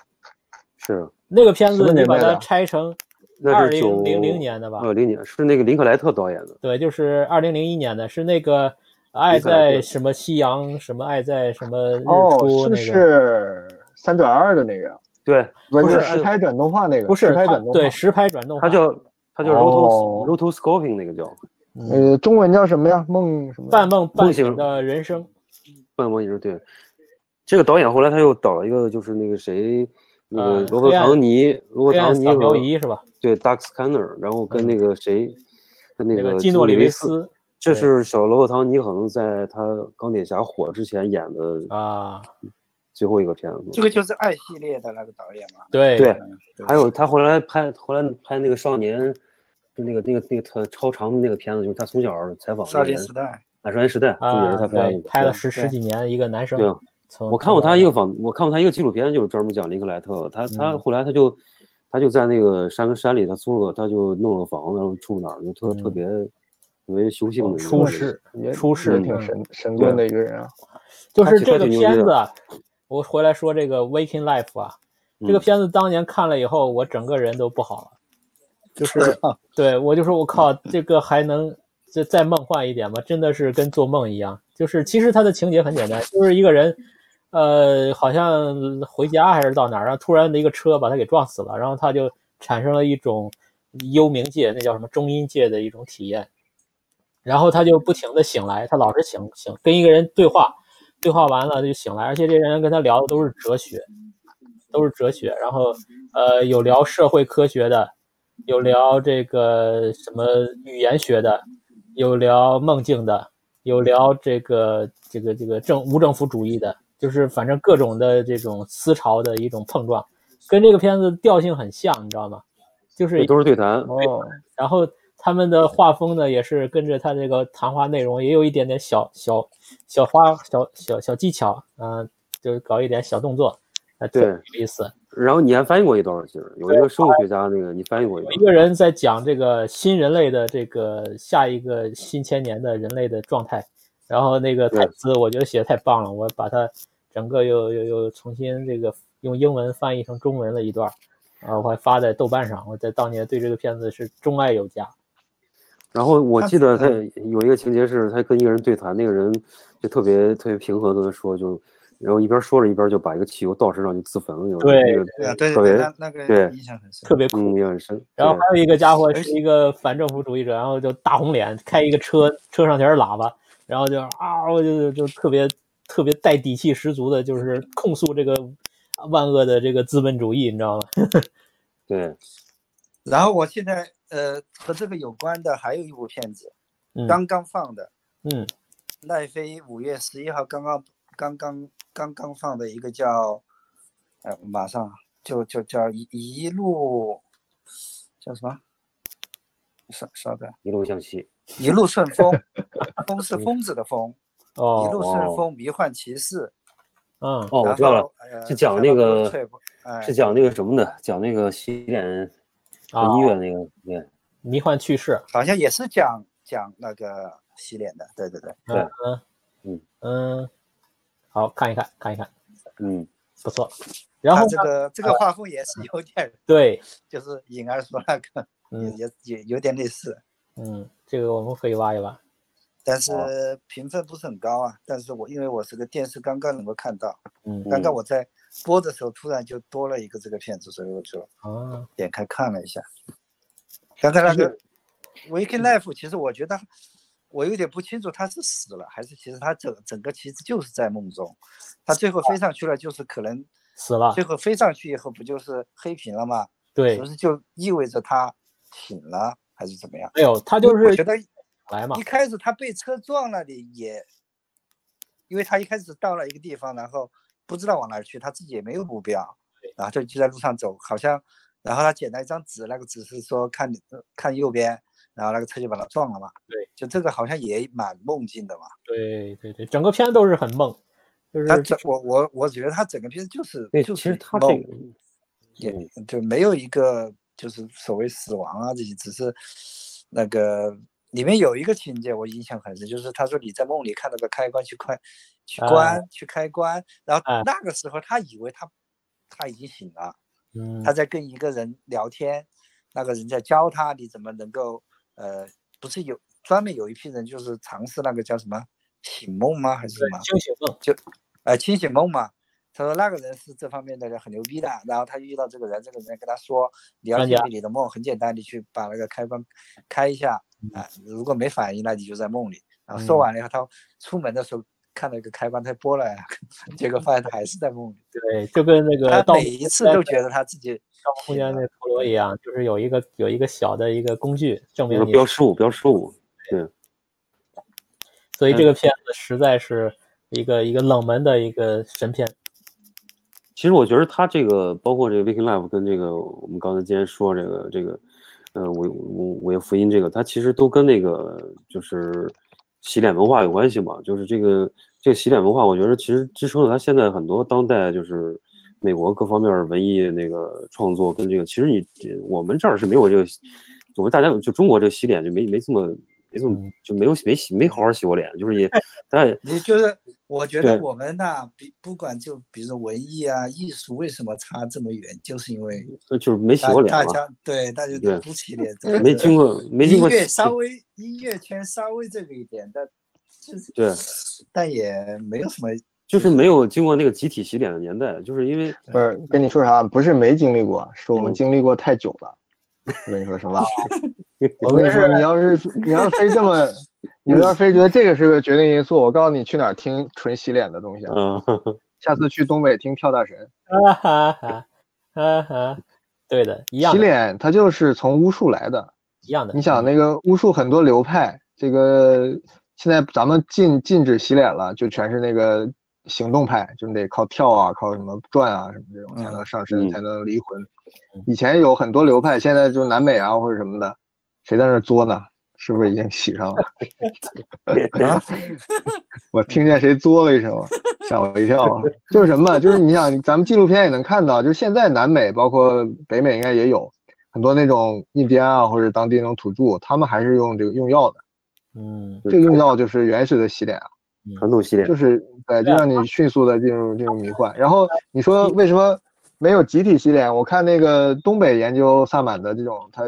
S2: 是
S6: 那个片
S7: 什
S6: 子
S7: 么
S6: 你
S7: 年
S6: 把
S7: 代的
S6: 它拆成
S2: 啊那
S6: 二
S2: 是九
S6: 零零零年的吧？
S2: 呃，零年是那个林克莱特导演的，
S6: 对，就是二零零一年的，是那个爱
S2: 尼克莱
S6: 在
S2: 特
S6: 什么夕阳，什么爱在什么日
S7: 哦，
S6: 出
S7: 是不
S6: 那个，
S7: 是三转二的那个？
S2: 对，
S7: 不
S2: 不
S7: 是
S2: 是
S7: 实拍转动画那个，
S6: 不是
S7: 实拍
S6: 它
S7: 转动画，
S6: 对，实拍转动画，
S2: 他叫他叫
S7: 哦
S2: rotos rotoscoping 那个叫
S7: 呃，中文叫什么呀？梦什么？
S6: 半梦半
S2: 梦醒
S6: 醒的人生，
S2: 半模拟人对。这个导演后来他又导了一个，就是那个谁，那
S6: 呃
S2: 个罗伯
S6: 黑暗
S2: 唐尼，罗伯
S6: 黑暗
S2: 唐尼
S6: 扫描
S2: 和
S6: 仪是吧？
S2: 对 Dark Scanner，然后跟那个谁，跟那
S6: 嗯那
S2: 个
S6: 基诺里
S2: 维
S6: 维，斯
S2: 这
S6: 对
S2: 是小罗伯唐尼可能在他钢铁侠火之前演的
S6: 啊，
S2: 最后一个片子。
S1: 这个就是爱系列的那个导演嘛，
S6: 对
S2: 对，还有他后来拍，后来拍那个少年，就那个那个那个特超长的那个片子，就是他从小采访
S1: 《少
S2: 那个
S1: 年
S2: 人
S1: 时，代
S2: 啊，少年时代，就也
S6: 啊
S2: 是，他拍
S6: 对
S2: 的，，
S6: 拍了
S2: 对
S6: 十十几年一个男生
S2: 对，
S6: 从
S2: 我看过
S6: 从
S2: 他一个访，我看过他一个纪录片，就是专门讲林克莱特的。他他后来他就他就在那个山山里，他租了个，他就弄了个房子，然后住那儿，就特
S6: 嗯
S2: 特别特别修性的一个
S6: 出
S2: 人。
S6: 世
S7: 也
S6: 出世
S7: 也挺
S6: 嗯
S7: 神神棍的一个人啊。
S6: 就是这个
S2: 他挺他挺牛
S6: 片
S2: 逼的
S6: 子啊，我回来说这个《Waking Life》啊，这个
S2: 嗯
S6: 片子当年看了以后，我整个人都不 好了，就是
S2: 啊
S6: 对我就说我靠，这个还能再再梦幻一点吗？真的是跟做梦一样。就是其实它的情节很简单，就是一个人，呃，好像回家还是到哪儿，然后突然的一个车把他给撞死了，然后他就产生了一种幽冥界，那叫什么中阴界的一种体验。然后他就不停的醒来，他老是醒醒，跟一个人对话，对话完了就醒来，而且这人跟他聊的都是哲学，都是哲学。然后呃，有聊社会科学的，有聊这个什么语言学的，有聊梦境的，有聊这个这个这个政无政府主义的，就是反正各种的这种思潮的一种碰撞，跟这个片子调性很像，你知道吗？就是
S2: 都是对谈，
S7: 哦，
S6: 然后他们的画风呢，也是跟着他这个谈话内容，也有一点点小小小花小小小技巧，嗯、就是搞一点小动作，啊、特
S2: 对
S6: 有意思。
S2: 然后你还翻译过一段儿，其实有一个生物学家，那个你翻译过一
S6: 有一
S2: 段
S6: 个人在讲这个新人类的这个下一个新千年的人类的状态，然后那个
S2: 对
S6: 台词我觉得写的太棒了，我把它整个又又又重新这个用英文翻译成中文了一段儿，啊，我还发在豆瓣上，我在当年对这个片子是钟爱有加。
S2: 然后我
S1: 他
S2: 记得他
S1: 嗯
S2: 有一个情节是，他跟一个人对谈，那个人就特别特别平和的说，就然后一边说着一边就把一个汽油倒身上就自焚了，有
S6: 对
S2: 那个
S1: 对啊，对
S2: 嗯特
S1: 对，
S2: 别
S1: 那那个
S2: 对
S1: 印象很深
S6: 特。别酷。
S2: 嗯也很深。
S6: 然后
S2: 对
S6: 还有一个家伙
S1: 而
S6: 是一个反政府主义者，然后就大红脸，开一个车，车上全是喇叭，然后就啊，我就就特别特别带底气十足的，就是控诉这个万恶的这个资本主义，你知道吗？
S2: 对，
S1: 然后我现在呃和这个有关的还有一部片子，
S6: 嗯
S1: 刚刚放的，
S6: 嗯
S1: 奈飞五月十一号刚刚刚刚刚刚放的一个叫，哎、马上就就叫一一路叫什么？稍稍等，
S2: 一路向西。
S1: 一路顺 风，风是疯子的疯，一
S6: 哦
S1: 路顺
S2: 哦
S1: 风，迷幻骑士。
S6: 嗯
S2: 哦，我
S1: 然
S2: 知道了
S1: 后，呃
S2: 是讲
S1: 看
S2: 那
S1: 到
S2: 个
S1: Road Trip，哎
S2: 是讲那个什么的，讲那个洗脸和
S6: 啊
S2: 医，院那个。对，
S6: 迷幻去世，
S1: 好像也是讲讲那个洗脸的，对对对，
S2: 对
S6: 嗯嗯
S2: 嗯
S6: 嗯，好看一看看一看，
S2: 嗯，
S6: 不错。然后啊
S1: 他
S6: 呢
S1: 这个这个画风也是有点，
S6: 对，
S1: 就是颖儿说那个
S6: 嗯
S1: 也也有点类似，
S6: 嗯，这个我们可以挖一挖。
S1: 但是
S2: 哦
S1: 评分不是很高啊。但是我因为我是个电视刚刚能够看到，
S6: 嗯
S1: 刚刚
S2: 嗯
S1: 我在播的时候突然就多了一个这个片子，所以我就
S6: 啊，
S1: 点开看了一下。刚才那个 Waking Life，其实我觉得我有点不清楚他是死了还是其实他整整个其实就是在梦中，他最后飞上去了，就是可能
S6: 死了
S1: 最，后飞上去以后不就是黑屏了吗？
S6: 啊对
S1: 是不，是就意味着他醒了还是怎么样？
S6: 没有，哎他就
S1: 我觉
S6: 是
S1: 得
S6: 来嘛
S1: 一，开始他被车撞了的也，因为他一开始到了一个地方，然后不知道往哪儿去，他自己也没有目标，然后就就在路上走，好像，然后他捡到一张纸，那个纸是说看你看右边，然后那个车就把他撞了嘛。
S6: 对，
S1: 就这个好像也蛮梦境的嘛。
S6: 对对对，整个片都是很梦，就是
S1: 他整我我我觉得他整个片就是
S2: 对，
S1: 就
S2: 其
S1: 是
S2: 实他这
S1: 梦
S2: 个，
S1: 也
S2: 嗯
S1: 就没有一个就是所谓死亡啊这些，只是那个里面有一个情节我印象很深，就是他说你在梦里看到个开关去关去
S6: 啊
S1: 关、去开关，然后
S6: 啊
S1: 那个时候他以为他他已经醒了，
S6: 嗯
S1: 他在跟一个人聊天，那个人在教他你怎么能够呃，不是有专门有一批人就是尝试那个叫什么醒梦吗还是什
S6: 对
S1: 么？
S6: 清醒梦，
S1: 呃清醒梦嘛。他说那个人是这方面的人很牛逼的，然后他遇到这个人，这个人跟他说，你要
S6: 专
S1: 清
S6: 家
S1: 理你的梦很简单，你去把那个开关开一下
S2: 嗯
S1: 啊、如果没反应，那你就在梦里。然后说
S6: 嗯
S1: 完了以后，他出门的时候看到一个开关，他拨了呀， 结果发现他还是在梦里。
S6: 对，就跟那个《
S1: 他
S6: 盗
S1: 每
S6: 梦
S1: 一次
S6: 间
S1: 都
S6: 的
S1: 觉得他自己
S6: 盗梦空间》那陀螺一样，就是有一个有一个小的一个工具证
S2: 那
S6: 明
S2: 个
S6: 你，
S2: 标十五，标十五，
S6: 所
S7: 嗯
S6: 以这个片子实在是一个一个冷门的一个神片，
S2: 其实我觉得他这个，包括这个 Waking Life 跟这个我们刚才今天说这个这个，呃，我我我有福音这个，它其实都跟那个就是洗脸文化有关系嘛。就是这个这个洗脸文化，我觉得其实支撑了他现在很多当代就是美国各方面文艺那个创作跟这个，其实你我们这儿是没有这个，我们大家就中国这个洗脸就没没这么没这么就没有没洗没好好洗过脸，就是也但
S1: 你就是，我觉得
S2: 对
S1: 我们呐、比不管就比如说文艺啊、艺术，为什么差这么远，就是因为
S2: 呃就是没洗
S1: 大
S2: 过脸
S1: 大
S2: 嘛，
S1: 家对大家
S2: 对
S1: 都鼓起脸，这个
S2: 没经过没经
S1: 音
S2: 过
S1: 乐
S2: 洗
S1: 稍微音乐圈稍微这个一点，但就是
S2: 对。
S1: 但也没有什么
S2: 就是没有经过那个集体洗脸的年代，就是因为
S7: 不是跟你说啥，不是没经历过，是我们
S2: 嗯
S7: 经历过太久 了。我跟你说实话，
S2: 我
S7: 我跟你说，你要是你要非这么，你要非觉得这个是个决定因素，我告诉你去哪儿听纯洗脸的东西啊，
S2: 嗯，
S7: 下次去东北听跳大神。
S6: 哈哈哈，哈哈，对的，一样
S7: 洗
S6: 的，
S7: 脸它就是从巫术来的，
S6: 一样的。
S7: 你想那个巫术很多流派，这个现在咱们禁禁止洗脸了，就全是那个行动派，就得靠跳啊，靠什么转啊什么这种才能上身，
S2: 嗯
S7: 才能离魂。
S6: 嗯
S7: 以前有很多流派，现在就南美啊或者什么的，谁在那儿作呢？是不是已经洗上了？啊我听见谁作了一声，吓我一跳。啊 就是什么，就是你想，咱们纪录片也能看到，就是现在南美，包括北美，应该也有很多那种印第安啊或者当地那种土著，他们还是用这个用药的。
S6: 嗯，
S7: 这个用药就是原始的洗脸啊，
S2: 传统洗脸
S7: 就，是对，就让你迅速的进入进入迷幻。然后你说为什么没有集体洗脸？我看那个东北研究萨满的这种，它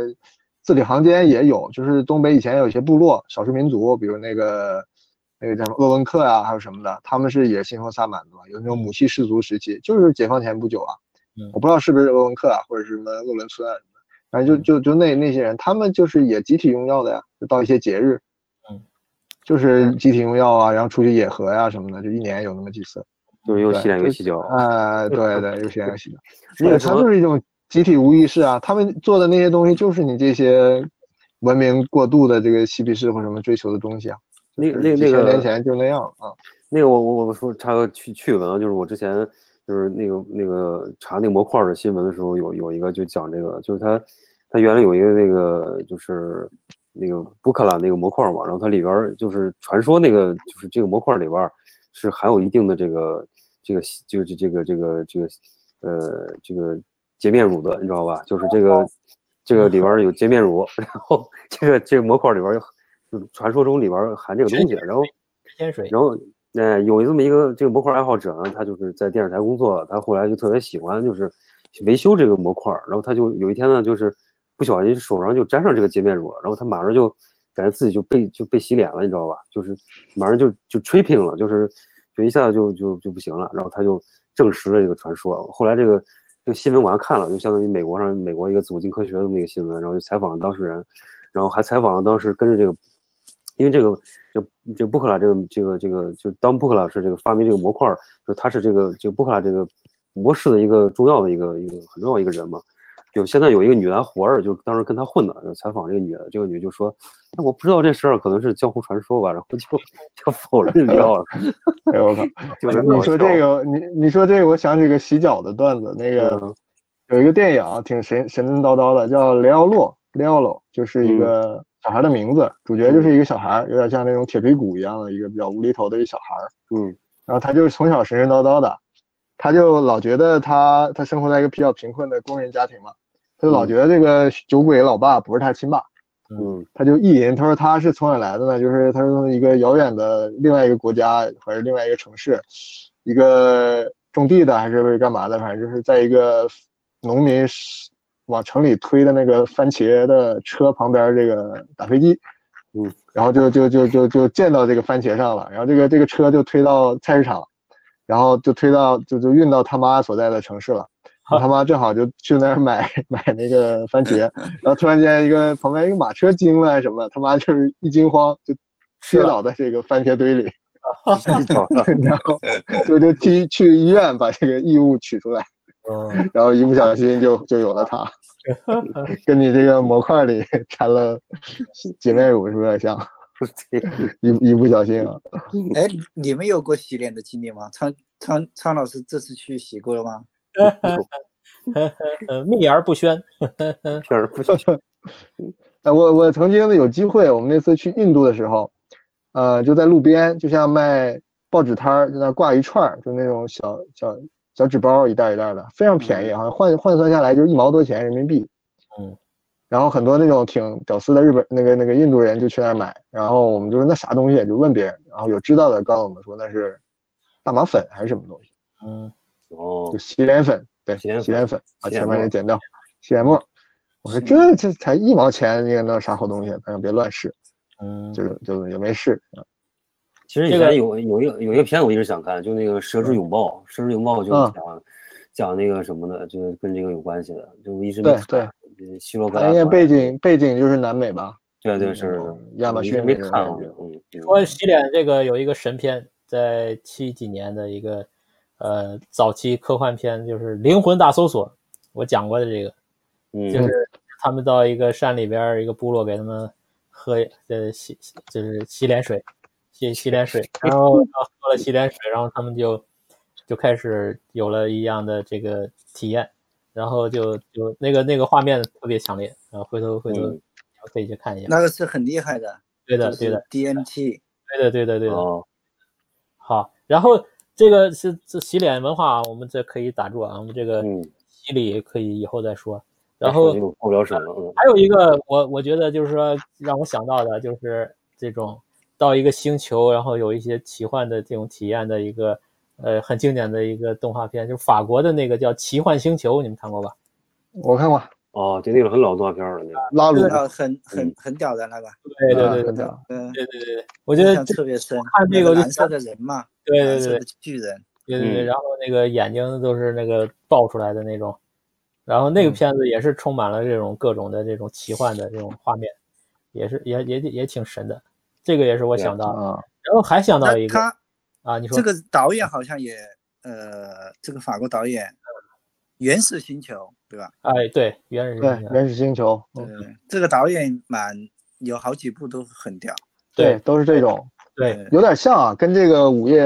S7: 字里行间也有，就是东北以前有一些部落少数民族，比如那个那个叫什么鄂温克啊，还有什么的，他们是也信奉萨满的嘛，有那种母系氏族时期，就是解放前不久啊
S6: 嗯，
S7: 我不知道是不是鄂温克啊，或者是什么鄂伦春啊什么的，反正就就就那那些人，他们就是也集体用药的呀，就到一些节日。
S6: 嗯，
S7: 就是集体用药啊，然后出去野合呀、什么的，就一年有那么几次。
S2: 就是又洗脸又洗脚。
S7: 啊，对对，有些有些，
S2: 那
S7: 对，
S2: 个什
S7: 它
S2: 么
S7: 就是一种集体无意识啊。他们做的那些东西，就是你这些文明过度的这个嬉皮士或什么追求的东西啊。
S2: 那
S7: 就是
S2: 那
S7: 几
S2: 那
S7: 千年
S2: 个
S7: 前就那样了啊。
S2: 那个我我我说插个趣趣闻啊，就是我之前就是那个那个查那个模块儿的新闻的时候，有有一个就讲这个，就是他他原来有一个那个就是那个乌克兰那个模块儿嘛，然后它里边儿就是传说那个就是这个模块儿里边儿是含有一定的这个这个就是这个这个这个呃这个洁面乳的，你知道吧？就是这个这个里边儿有洁面乳，然后这个这个模块儿里边儿有就是传说中里边儿含这个东西，然后。
S6: 天水，
S2: 然后，呃，有这么一个这个模块爱好者呢，他就是在电视台工作，他后来就特别喜欢就是维修这个模块儿，然后他就有一天呢，就是不小心手上就沾上这个洁面乳了，然后他马上就感觉自己就被就被洗脸了，你知道吧？就是马上就就 tripping 了，就是就一下子就就就不行了，然后他就证实了这个传说。后来这个这个新闻我还看了，就相当于美国上美国一个走进科学的那个新闻，然后就采访了当事人，然后还采访了当时跟着这个，因为这个这这布克拉这个这个这个，就当布克拉是这个发明这个模块儿，就他是这个这个布克拉这个模式的一个重要的一个一个很重要一个人嘛。有现在有一个女篮活儿，就当时跟他混的，就采访这个女的，这个女就说：“那我不知道这事儿可能是江湖传说吧。”然后就就否认掉了。
S7: 哎呦我靠！
S2: 就是
S7: 你说这个，你你说这个，我想起个洗脚的段子，那个
S2: 嗯
S7: 有一个电影啊挺神神神叨叨的，叫《雷奥洛》，雷奥洛就是一个小孩的名字，主角就是一个小孩，有点像那种铁皮鼓一样的一个比较无厘头的一个小孩。
S2: 嗯
S7: 然后他就是从小神神叨叨的，他就老觉得他他生活在一个比较贫困的工人家庭嘛，他就老
S2: 嗯
S7: 觉得这个酒鬼老爸不是他亲爸，
S2: 嗯
S7: 他就意淫，他说他是从哪来的呢？就是他是从一个遥远的另外一个国家，还是另外一个城市，一个种地的还是干嘛的，反正就是在一个农民往城里推的那个番茄的车旁边这个打飞机，
S2: 嗯，
S7: 然后就就就就就溅到这个番茄上了，然后这个这个车就推到菜市场，然后就推到就就运到他妈所在的城市了。然后他妈正好就去那儿买 买那个番茄，然后突然间一个旁边一个马车经过还是什么，他妈就是一惊慌就跌倒在这个番茄堆里， 然后就就去去医院把这个异物取出来，
S6: 嗯，
S7: 然后一不小心就就有了它， 跟你这个模块里缠了姐妹乳是不是有点像？一一不小心啊，
S1: 哎，你们有过洗脸的经历吗？苍苍苍老师这次去洗过了吗？
S6: 呃，秘而不
S7: 嗯
S6: 宣，
S2: 确实不行。
S7: 呃，我我曾经有机会，我们那次去印度的时候，呃，就在路边，就像卖报纸摊儿，就那挂一串儿，就那种小小小纸包，一袋一袋的，非常便宜，好像换换算下来就一毛多钱人民币。
S6: 嗯。
S7: 然后很多那种挺屌丝的日本那个那个印度人就去那儿买，然后我们就说那啥东西，就问别人，然后有知道的告诉我们说那是大麻粉还是什么东西，
S6: 嗯，
S2: 哦
S7: 就，洗脸粉，对，
S2: 洗脸粉
S7: 洗脸粉，把
S2: 洗脸
S7: 前面
S2: 沫
S7: 给剪掉，洗脸沫。我说这这才一毛钱，你个那啥好东西，咱也别乱试。
S6: 嗯，
S7: 就是就也没事。
S2: 其实以
S6: 这个
S2: 前有有一个有一个片我一直想看，就那个《蛇之拥抱》，《蛇之拥抱》就
S7: 嗯
S2: 讲、讲那个什么的，就是跟这个有关系的，就我一直
S7: 对
S2: 没看。对，希罗
S7: 哎它应该背景背景就是南美吧？
S2: 对对
S7: 嗯
S2: 是的，
S7: 亚马
S2: 我一
S7: 逊
S2: 直没
S7: 那个
S2: 看
S7: 感
S2: 过
S7: 觉，
S2: 嗯，
S6: 说洗脸这个有一个神片，在七几年的一个呃早期科幻片，就是《灵魂大搜索》，我讲过的这个，
S2: 嗯，
S6: 就是他们到一个山里边儿一个部落给他们喝呃洗就是洗脸水，洗洗脸水，
S2: 哎
S6: 然后然后喝了洗脸水，然后他们就就开始有了一样的这个体验，然后就就那个那个画面特别强烈，然后回头回头
S2: 嗯
S6: 可以去看一下，
S1: 那个是很厉害的，
S6: 对的
S1: 就
S6: 对
S1: 是
S6: 的
S1: DMT，
S6: 对的对的对的。
S2: 哦，
S6: 好，然后这个是这洗脸文化啊，我们这可以打住啊，我们这个
S2: 嗯，
S6: 洗礼可以以后再说。然后
S2: 就过不了审了，嗯，
S6: 还有一个我我觉得就是说让我想到的就是这种到一个星球，然后有一些奇幻的这种体验的一个呃很经典的一个动画片，就是法国的那个叫《奇幻星球》，你们看过吧？
S7: 我看过
S2: 哦，对，那个很老动画片了，那个，
S7: 拉鲁
S1: 那，个啊很
S2: 嗯
S1: 很很屌的那个，
S6: 对对
S7: 啊
S6: 对
S7: 很
S6: 对
S7: 屌
S1: 嗯，
S6: 对对对，我觉
S1: 印
S6: 得
S1: 象
S6: 这
S1: 特别深。
S6: 看这
S1: 那
S6: 个我就
S1: 蓝色的人嘛，
S6: 对对
S1: 蓝
S6: 对
S1: 色
S6: 对
S1: 的巨人，
S6: 对对对，
S2: 嗯
S6: 然后那个眼睛都是那个爆出来的那种，然后那个片子也是充满了这种各种的这种奇幻的这种画面，也是也也也挺神的，这个也是我想到，
S7: 啊，
S6: 然后还想到
S1: 那
S6: 一个
S1: 他
S6: 啊，你说
S1: 这个导演好像也呃，这个法国导演《原始星球》对吧？
S6: 哎对，原始
S7: 对
S6: 人，
S7: 原始星球，
S1: 对啊
S7: 嗯，，
S1: 这个导演蛮有好几部都很屌。呃
S6: 对
S7: 都是这种，
S6: 对
S7: 有点像啊，跟这个午夜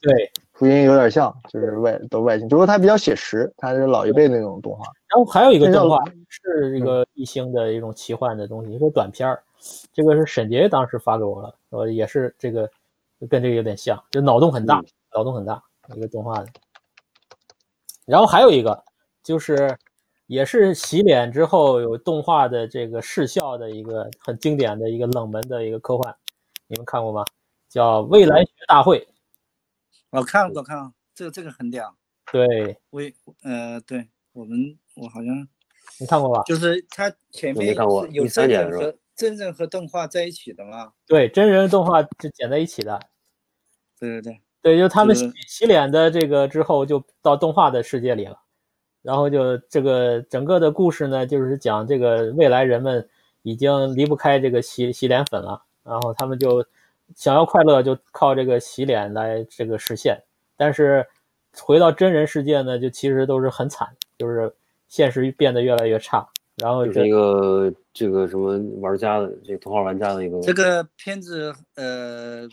S6: 对，
S7: 福音有点像，就是外都外星，只不过它比较写实，它是老一辈那种动画。
S6: 然后还有一个
S7: 这叫嗯
S6: 动画是一个一星的一种奇幻的东西，一个短片儿，这个是沈杰当时发给我了，我也是这个跟这个有点像，就脑洞很
S7: 嗯
S6: 大，脑洞很大一个动画的。然后还有一个就是也是洗脸之后有动画的这个视效的一个很经典的一个冷门的一个科幻，你们看过吗？叫《未来学大会》。
S1: 我看过，看过，这个这个很屌。
S6: 对
S1: 我也呃，对我们我好像
S6: 你看过吧？
S1: 就是他前
S2: 我
S1: 面
S2: 没看过
S1: 是有
S2: 13
S1: 真
S2: 年
S1: 人
S2: 是吧
S1: 和真人和动画在一起的嘛？
S6: 对，真人动画是剪在一起的，
S1: 对对对，
S6: 对，就他们洗
S1: 嗯
S6: 洗脸的这个之后，就到动画的世界里了。然后就这个整个的故事呢，就是讲这个未来人们已经离不开这个洗洗脸粉了，然后他们就想要快乐，就靠这个洗脸来这个实现。但是回到真人世界呢，就其实都是很惨，就是现实变得越来越差。然后
S2: 就是
S6: 这
S2: 一个这个什么玩家的这个头号玩家的一个
S1: 这个片子呃，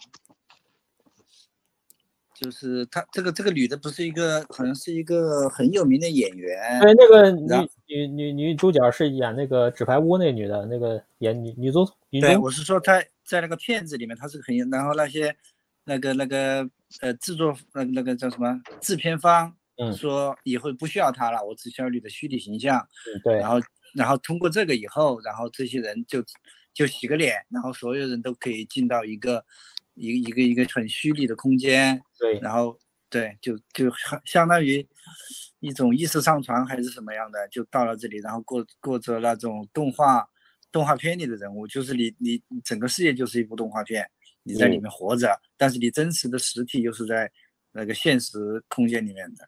S1: 就是他这个这个女的不是一个，好像是一个很有名的演员。
S6: 对哎那个
S1: 然
S6: 女女女女主角是演那个纸牌屋那女的，那个演女女总女
S1: 对，
S6: 总
S1: 我是说他在那个片子里面他是很有，然后那些那个那个呃制作那个那个叫什么制片方
S6: 嗯
S1: 说以后不需要他了，我只需要你的虚拟形象。
S6: 对
S1: 然后然后通过这个以后，然后这些人就就洗个脸，然后所有人都可以进到一个一个一个一个很虚拟的空间，
S6: 对
S1: 然后对，就就很相当于一种意识上传还是什么样的，就到了这里，然后过过着那种动画动画片里的人物，就是你你你整个世界就是一部动画片，你在里
S2: 嗯
S1: 面活着，但是你真实的实体又是在那个现实空间里面的。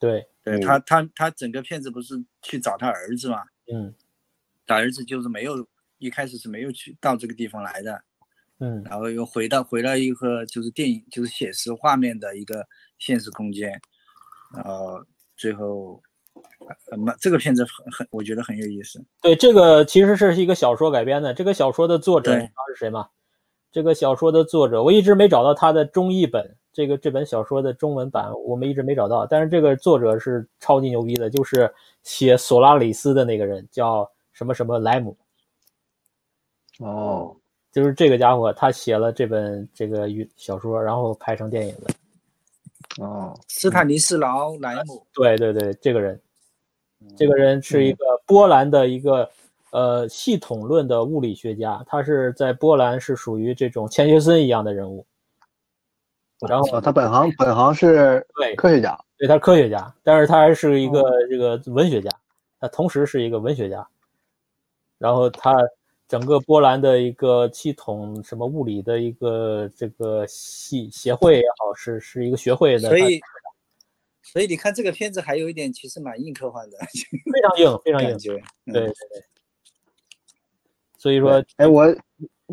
S6: 对，
S1: 对他，他他整个片子不是去找他儿子嘛？
S6: 嗯
S1: 他儿子就是没有一开始是没有去到这个地方来的，
S6: 嗯。
S1: 然后又回到回到一个就是电影就是写实画面的一个现实空间，然后最后，呃，蛮这个片子很很我觉得很有意思。
S6: 对，这个其实是一个小说改编的。这个小说的作者
S1: 对
S6: 你知道是谁吗？这个小说的作者，我一直没找到他的中译本。这个这本小说的中文版我们一直没找到，但是这个作者是超级牛逼的，就是写索拉里斯的那个人叫什么什么莱姆，
S7: 哦，
S6: 就是这个家伙，他写了这本这个语小说，然后拍成电影的。
S7: 哦，
S6: 嗯
S1: 斯坦尼斯劳
S6: 啊
S1: 莱姆，
S6: 对对对，这个人，
S1: 嗯
S6: 这个人是一个波兰的一个、呃系统论的物理学家，他是在波兰是属于这种钱学森一样的人物。然后
S7: 哦他本行本行是
S6: 对
S7: 科学家，
S6: 对，他是科学家，但是他还是一个
S1: 哦
S6: 这个文学家，他同时是一个文学家。然后他整个波兰的一个系统，什么物理的一个这个系协会也好，是是一个学会的，
S1: 所
S6: 它
S1: 以，所以你看这个片子还有一点其实蛮硬 科幻的
S6: 非常硬，非常硬
S1: 感。觉。嗯
S6: 对对，对。所以说，
S7: 哎，我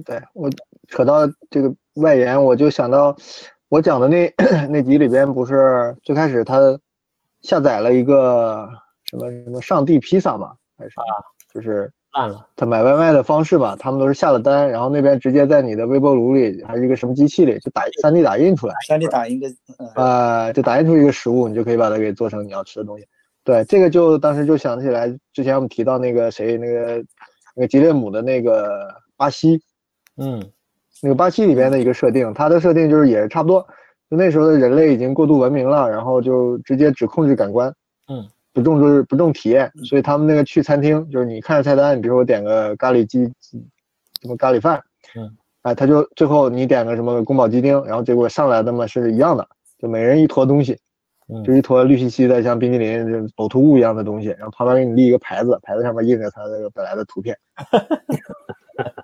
S7: 对我扯到这个外延，我就想到我讲的那 那集里边，不是最开始他下载了一个什么什么上帝披萨嘛，还是啥，就是
S6: 烂了，
S7: 他买外卖的方式吧，他们都是下了单，然后那边直接在你的微波炉里还是一个什么机器里就打三 D 打印出来，
S1: 三 D 打印的，嗯
S7: 呃，就打印出一个食物，你就可以把它给做成你要吃的东西。对，这个就当时就想起来，之前我们提到那个谁，那个那个吉列姆的那个巴西，
S6: 嗯
S7: 那个巴西里边的一个设定，它的设定就是也差不多，就那时候的人类已经过度文明了，然后就直接只控制感官，
S6: 嗯，
S7: 不重就是不重体验，所以他们那个去餐厅就是你看着菜单，你比如我点个咖喱鸡，什么咖喱饭，
S6: 嗯，
S7: 哎，他就最后你点个什么宫保鸡丁，然后结果上来的嘛是一样的，就每人一坨东西，
S6: 嗯
S7: 就一坨绿兮兮的像冰淇淋这种呕吐物一样的东西，然后旁边给你立一个牌子，牌子上面印着它那个本来的图片，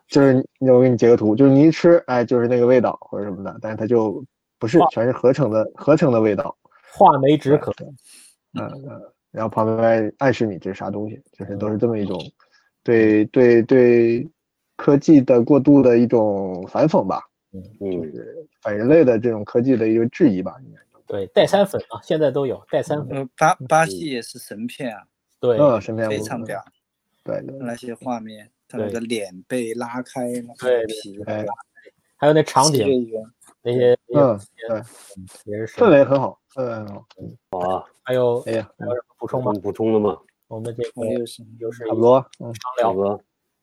S7: 就是你我给你截个图，就是你一吃，哎，就是那个味道或者什么的，但是它就不是
S6: 哇
S7: 全是合成的合成的味道，
S6: 话梅止渴，
S7: 嗯嗯，然后旁边暗示你这是啥东西，就是都是这么一种对对对科技的过度的一种反讽吧，
S2: 嗯，
S7: 反人类的这种科技的一个质疑吧，应该。
S6: 对，代餐粉啊，现在都有代餐粉，
S1: 呃，巴巴西也是神片啊，
S6: 嗯对，嗯
S7: 嗯，身边
S1: 非
S7: 我
S1: 常嗯屌，
S7: 对对
S1: 那些画面，他那
S6: 对
S1: 个脸被拉开，那
S6: 对
S1: 个
S6: 对
S1: 皮，
S7: 哎
S6: 还有那场
S1: 七
S6: 景
S1: 月圆
S6: 那些，
S7: 嗯
S6: 那些也是
S7: 氛
S6: 神
S7: 围很好，氛围很好。
S2: 好啊，
S6: 还有
S7: 哎呀，
S6: 还有什么补充吗
S2: 我？们补充了吗？
S6: 我们这个
S1: 没有什么
S6: 就是
S7: 差不多，嗯，
S6: 聊
S2: 小哥，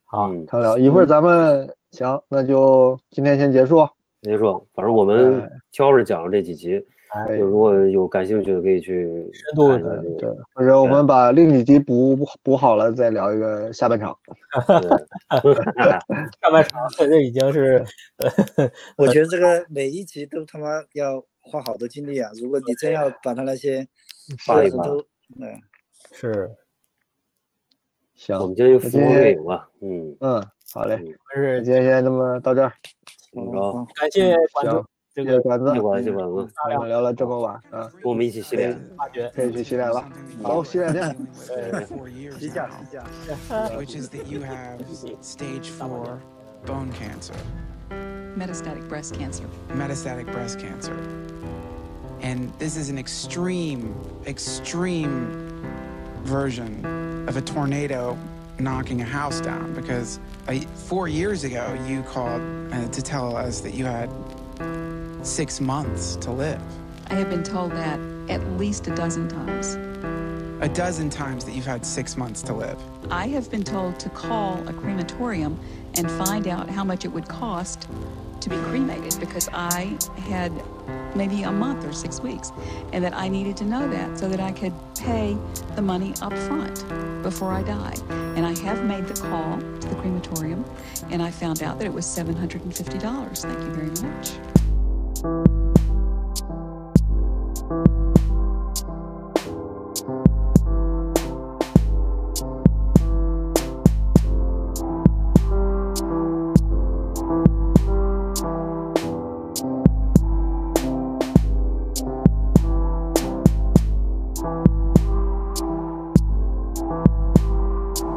S6: 啊，
S2: 嗯，
S7: 畅聊一会儿咱们行，那就今天先结束。啊
S2: 别说，反正我们挑着讲了这几集，
S7: 哎，
S2: 就如果有感兴趣的可以去
S6: 深度
S2: 看一下
S7: 呃
S2: 这
S7: 对
S2: 个，
S7: 或者
S6: 嗯
S7: 我们把另几集补补好了，再聊一个下半场。
S2: 对
S6: 上半场这已经
S7: 嗯
S6: 是，
S1: 我觉得这个每一集都他妈要花好多精力啊！如果你真要把他那些
S2: 扒一
S1: 都
S2: 扒
S1: 嗯，
S6: 是
S7: 行
S2: 我，们今天就俯卧位影吧，嗯，
S7: 嗯，好嘞，那
S6: 是
S7: 今天先这么到这儿，
S2: 怎么
S1: 好
S2: 着？
S6: 感谢观众
S7: 行，
S6: 这
S7: 谢谢
S6: 个
S7: 管子，
S2: 谢管谢
S7: 嗯
S2: 管子，
S7: 我们聊了这么晚啊，
S2: 跟我们一起
S4: 哎
S2: 洗脸。
S6: 发掘。
S7: 可以去洗脸了。好，洗脸去。
S1: 洗脚洗脚。
S4: which is that you have stage four bone cancer,
S8: metastatic breast cancer.
S4: metastatic breast cancer. And this is an extreme, extreme version of a tornado knocking a house down because uh, four years ago you called uh, to tell us that you had six months to live.
S8: I have been told that at least a dozen times.
S4: A dozen times that you've had six months to live.
S8: I have been told to call a crematorium and find out how much it would cost to be cremated because I had maybe a month or six weeks and that I needed to know that so that I could pay the money up front before I died. And I have made the call to the crematorium and I found out that it was $750. Thank you very much.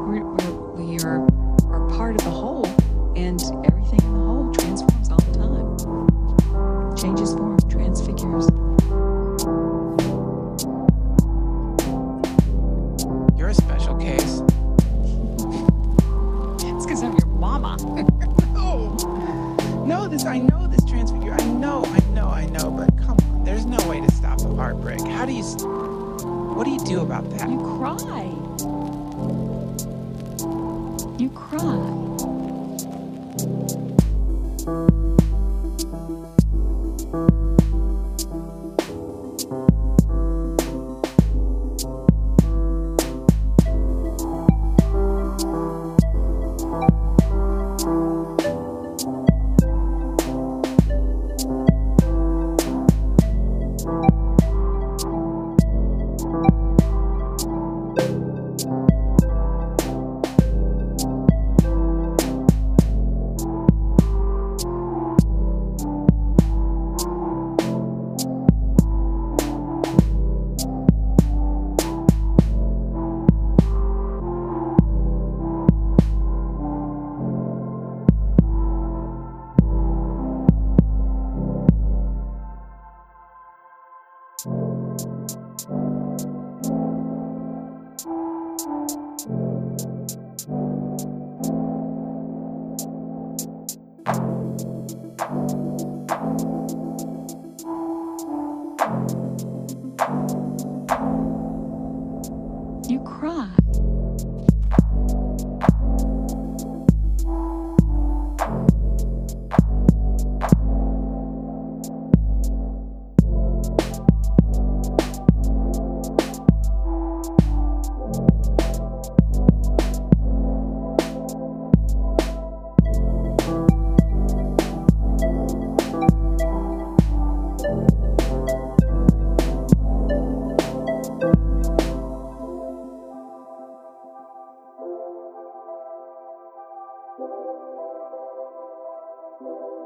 S8: we're, we're, we are, are part of the whole, and everything in the whole transforms all the time. Changes form, transfigures.
S4: You're a special case.
S8: It's because I'm your mama.
S4: No, no, this I Oh. know this transfigure. I know, I know, I know. But come on, there's no way to stop a heartbreak. How do you? s- What do you do about that?
S8: You cry. You cry.
S1: 拜。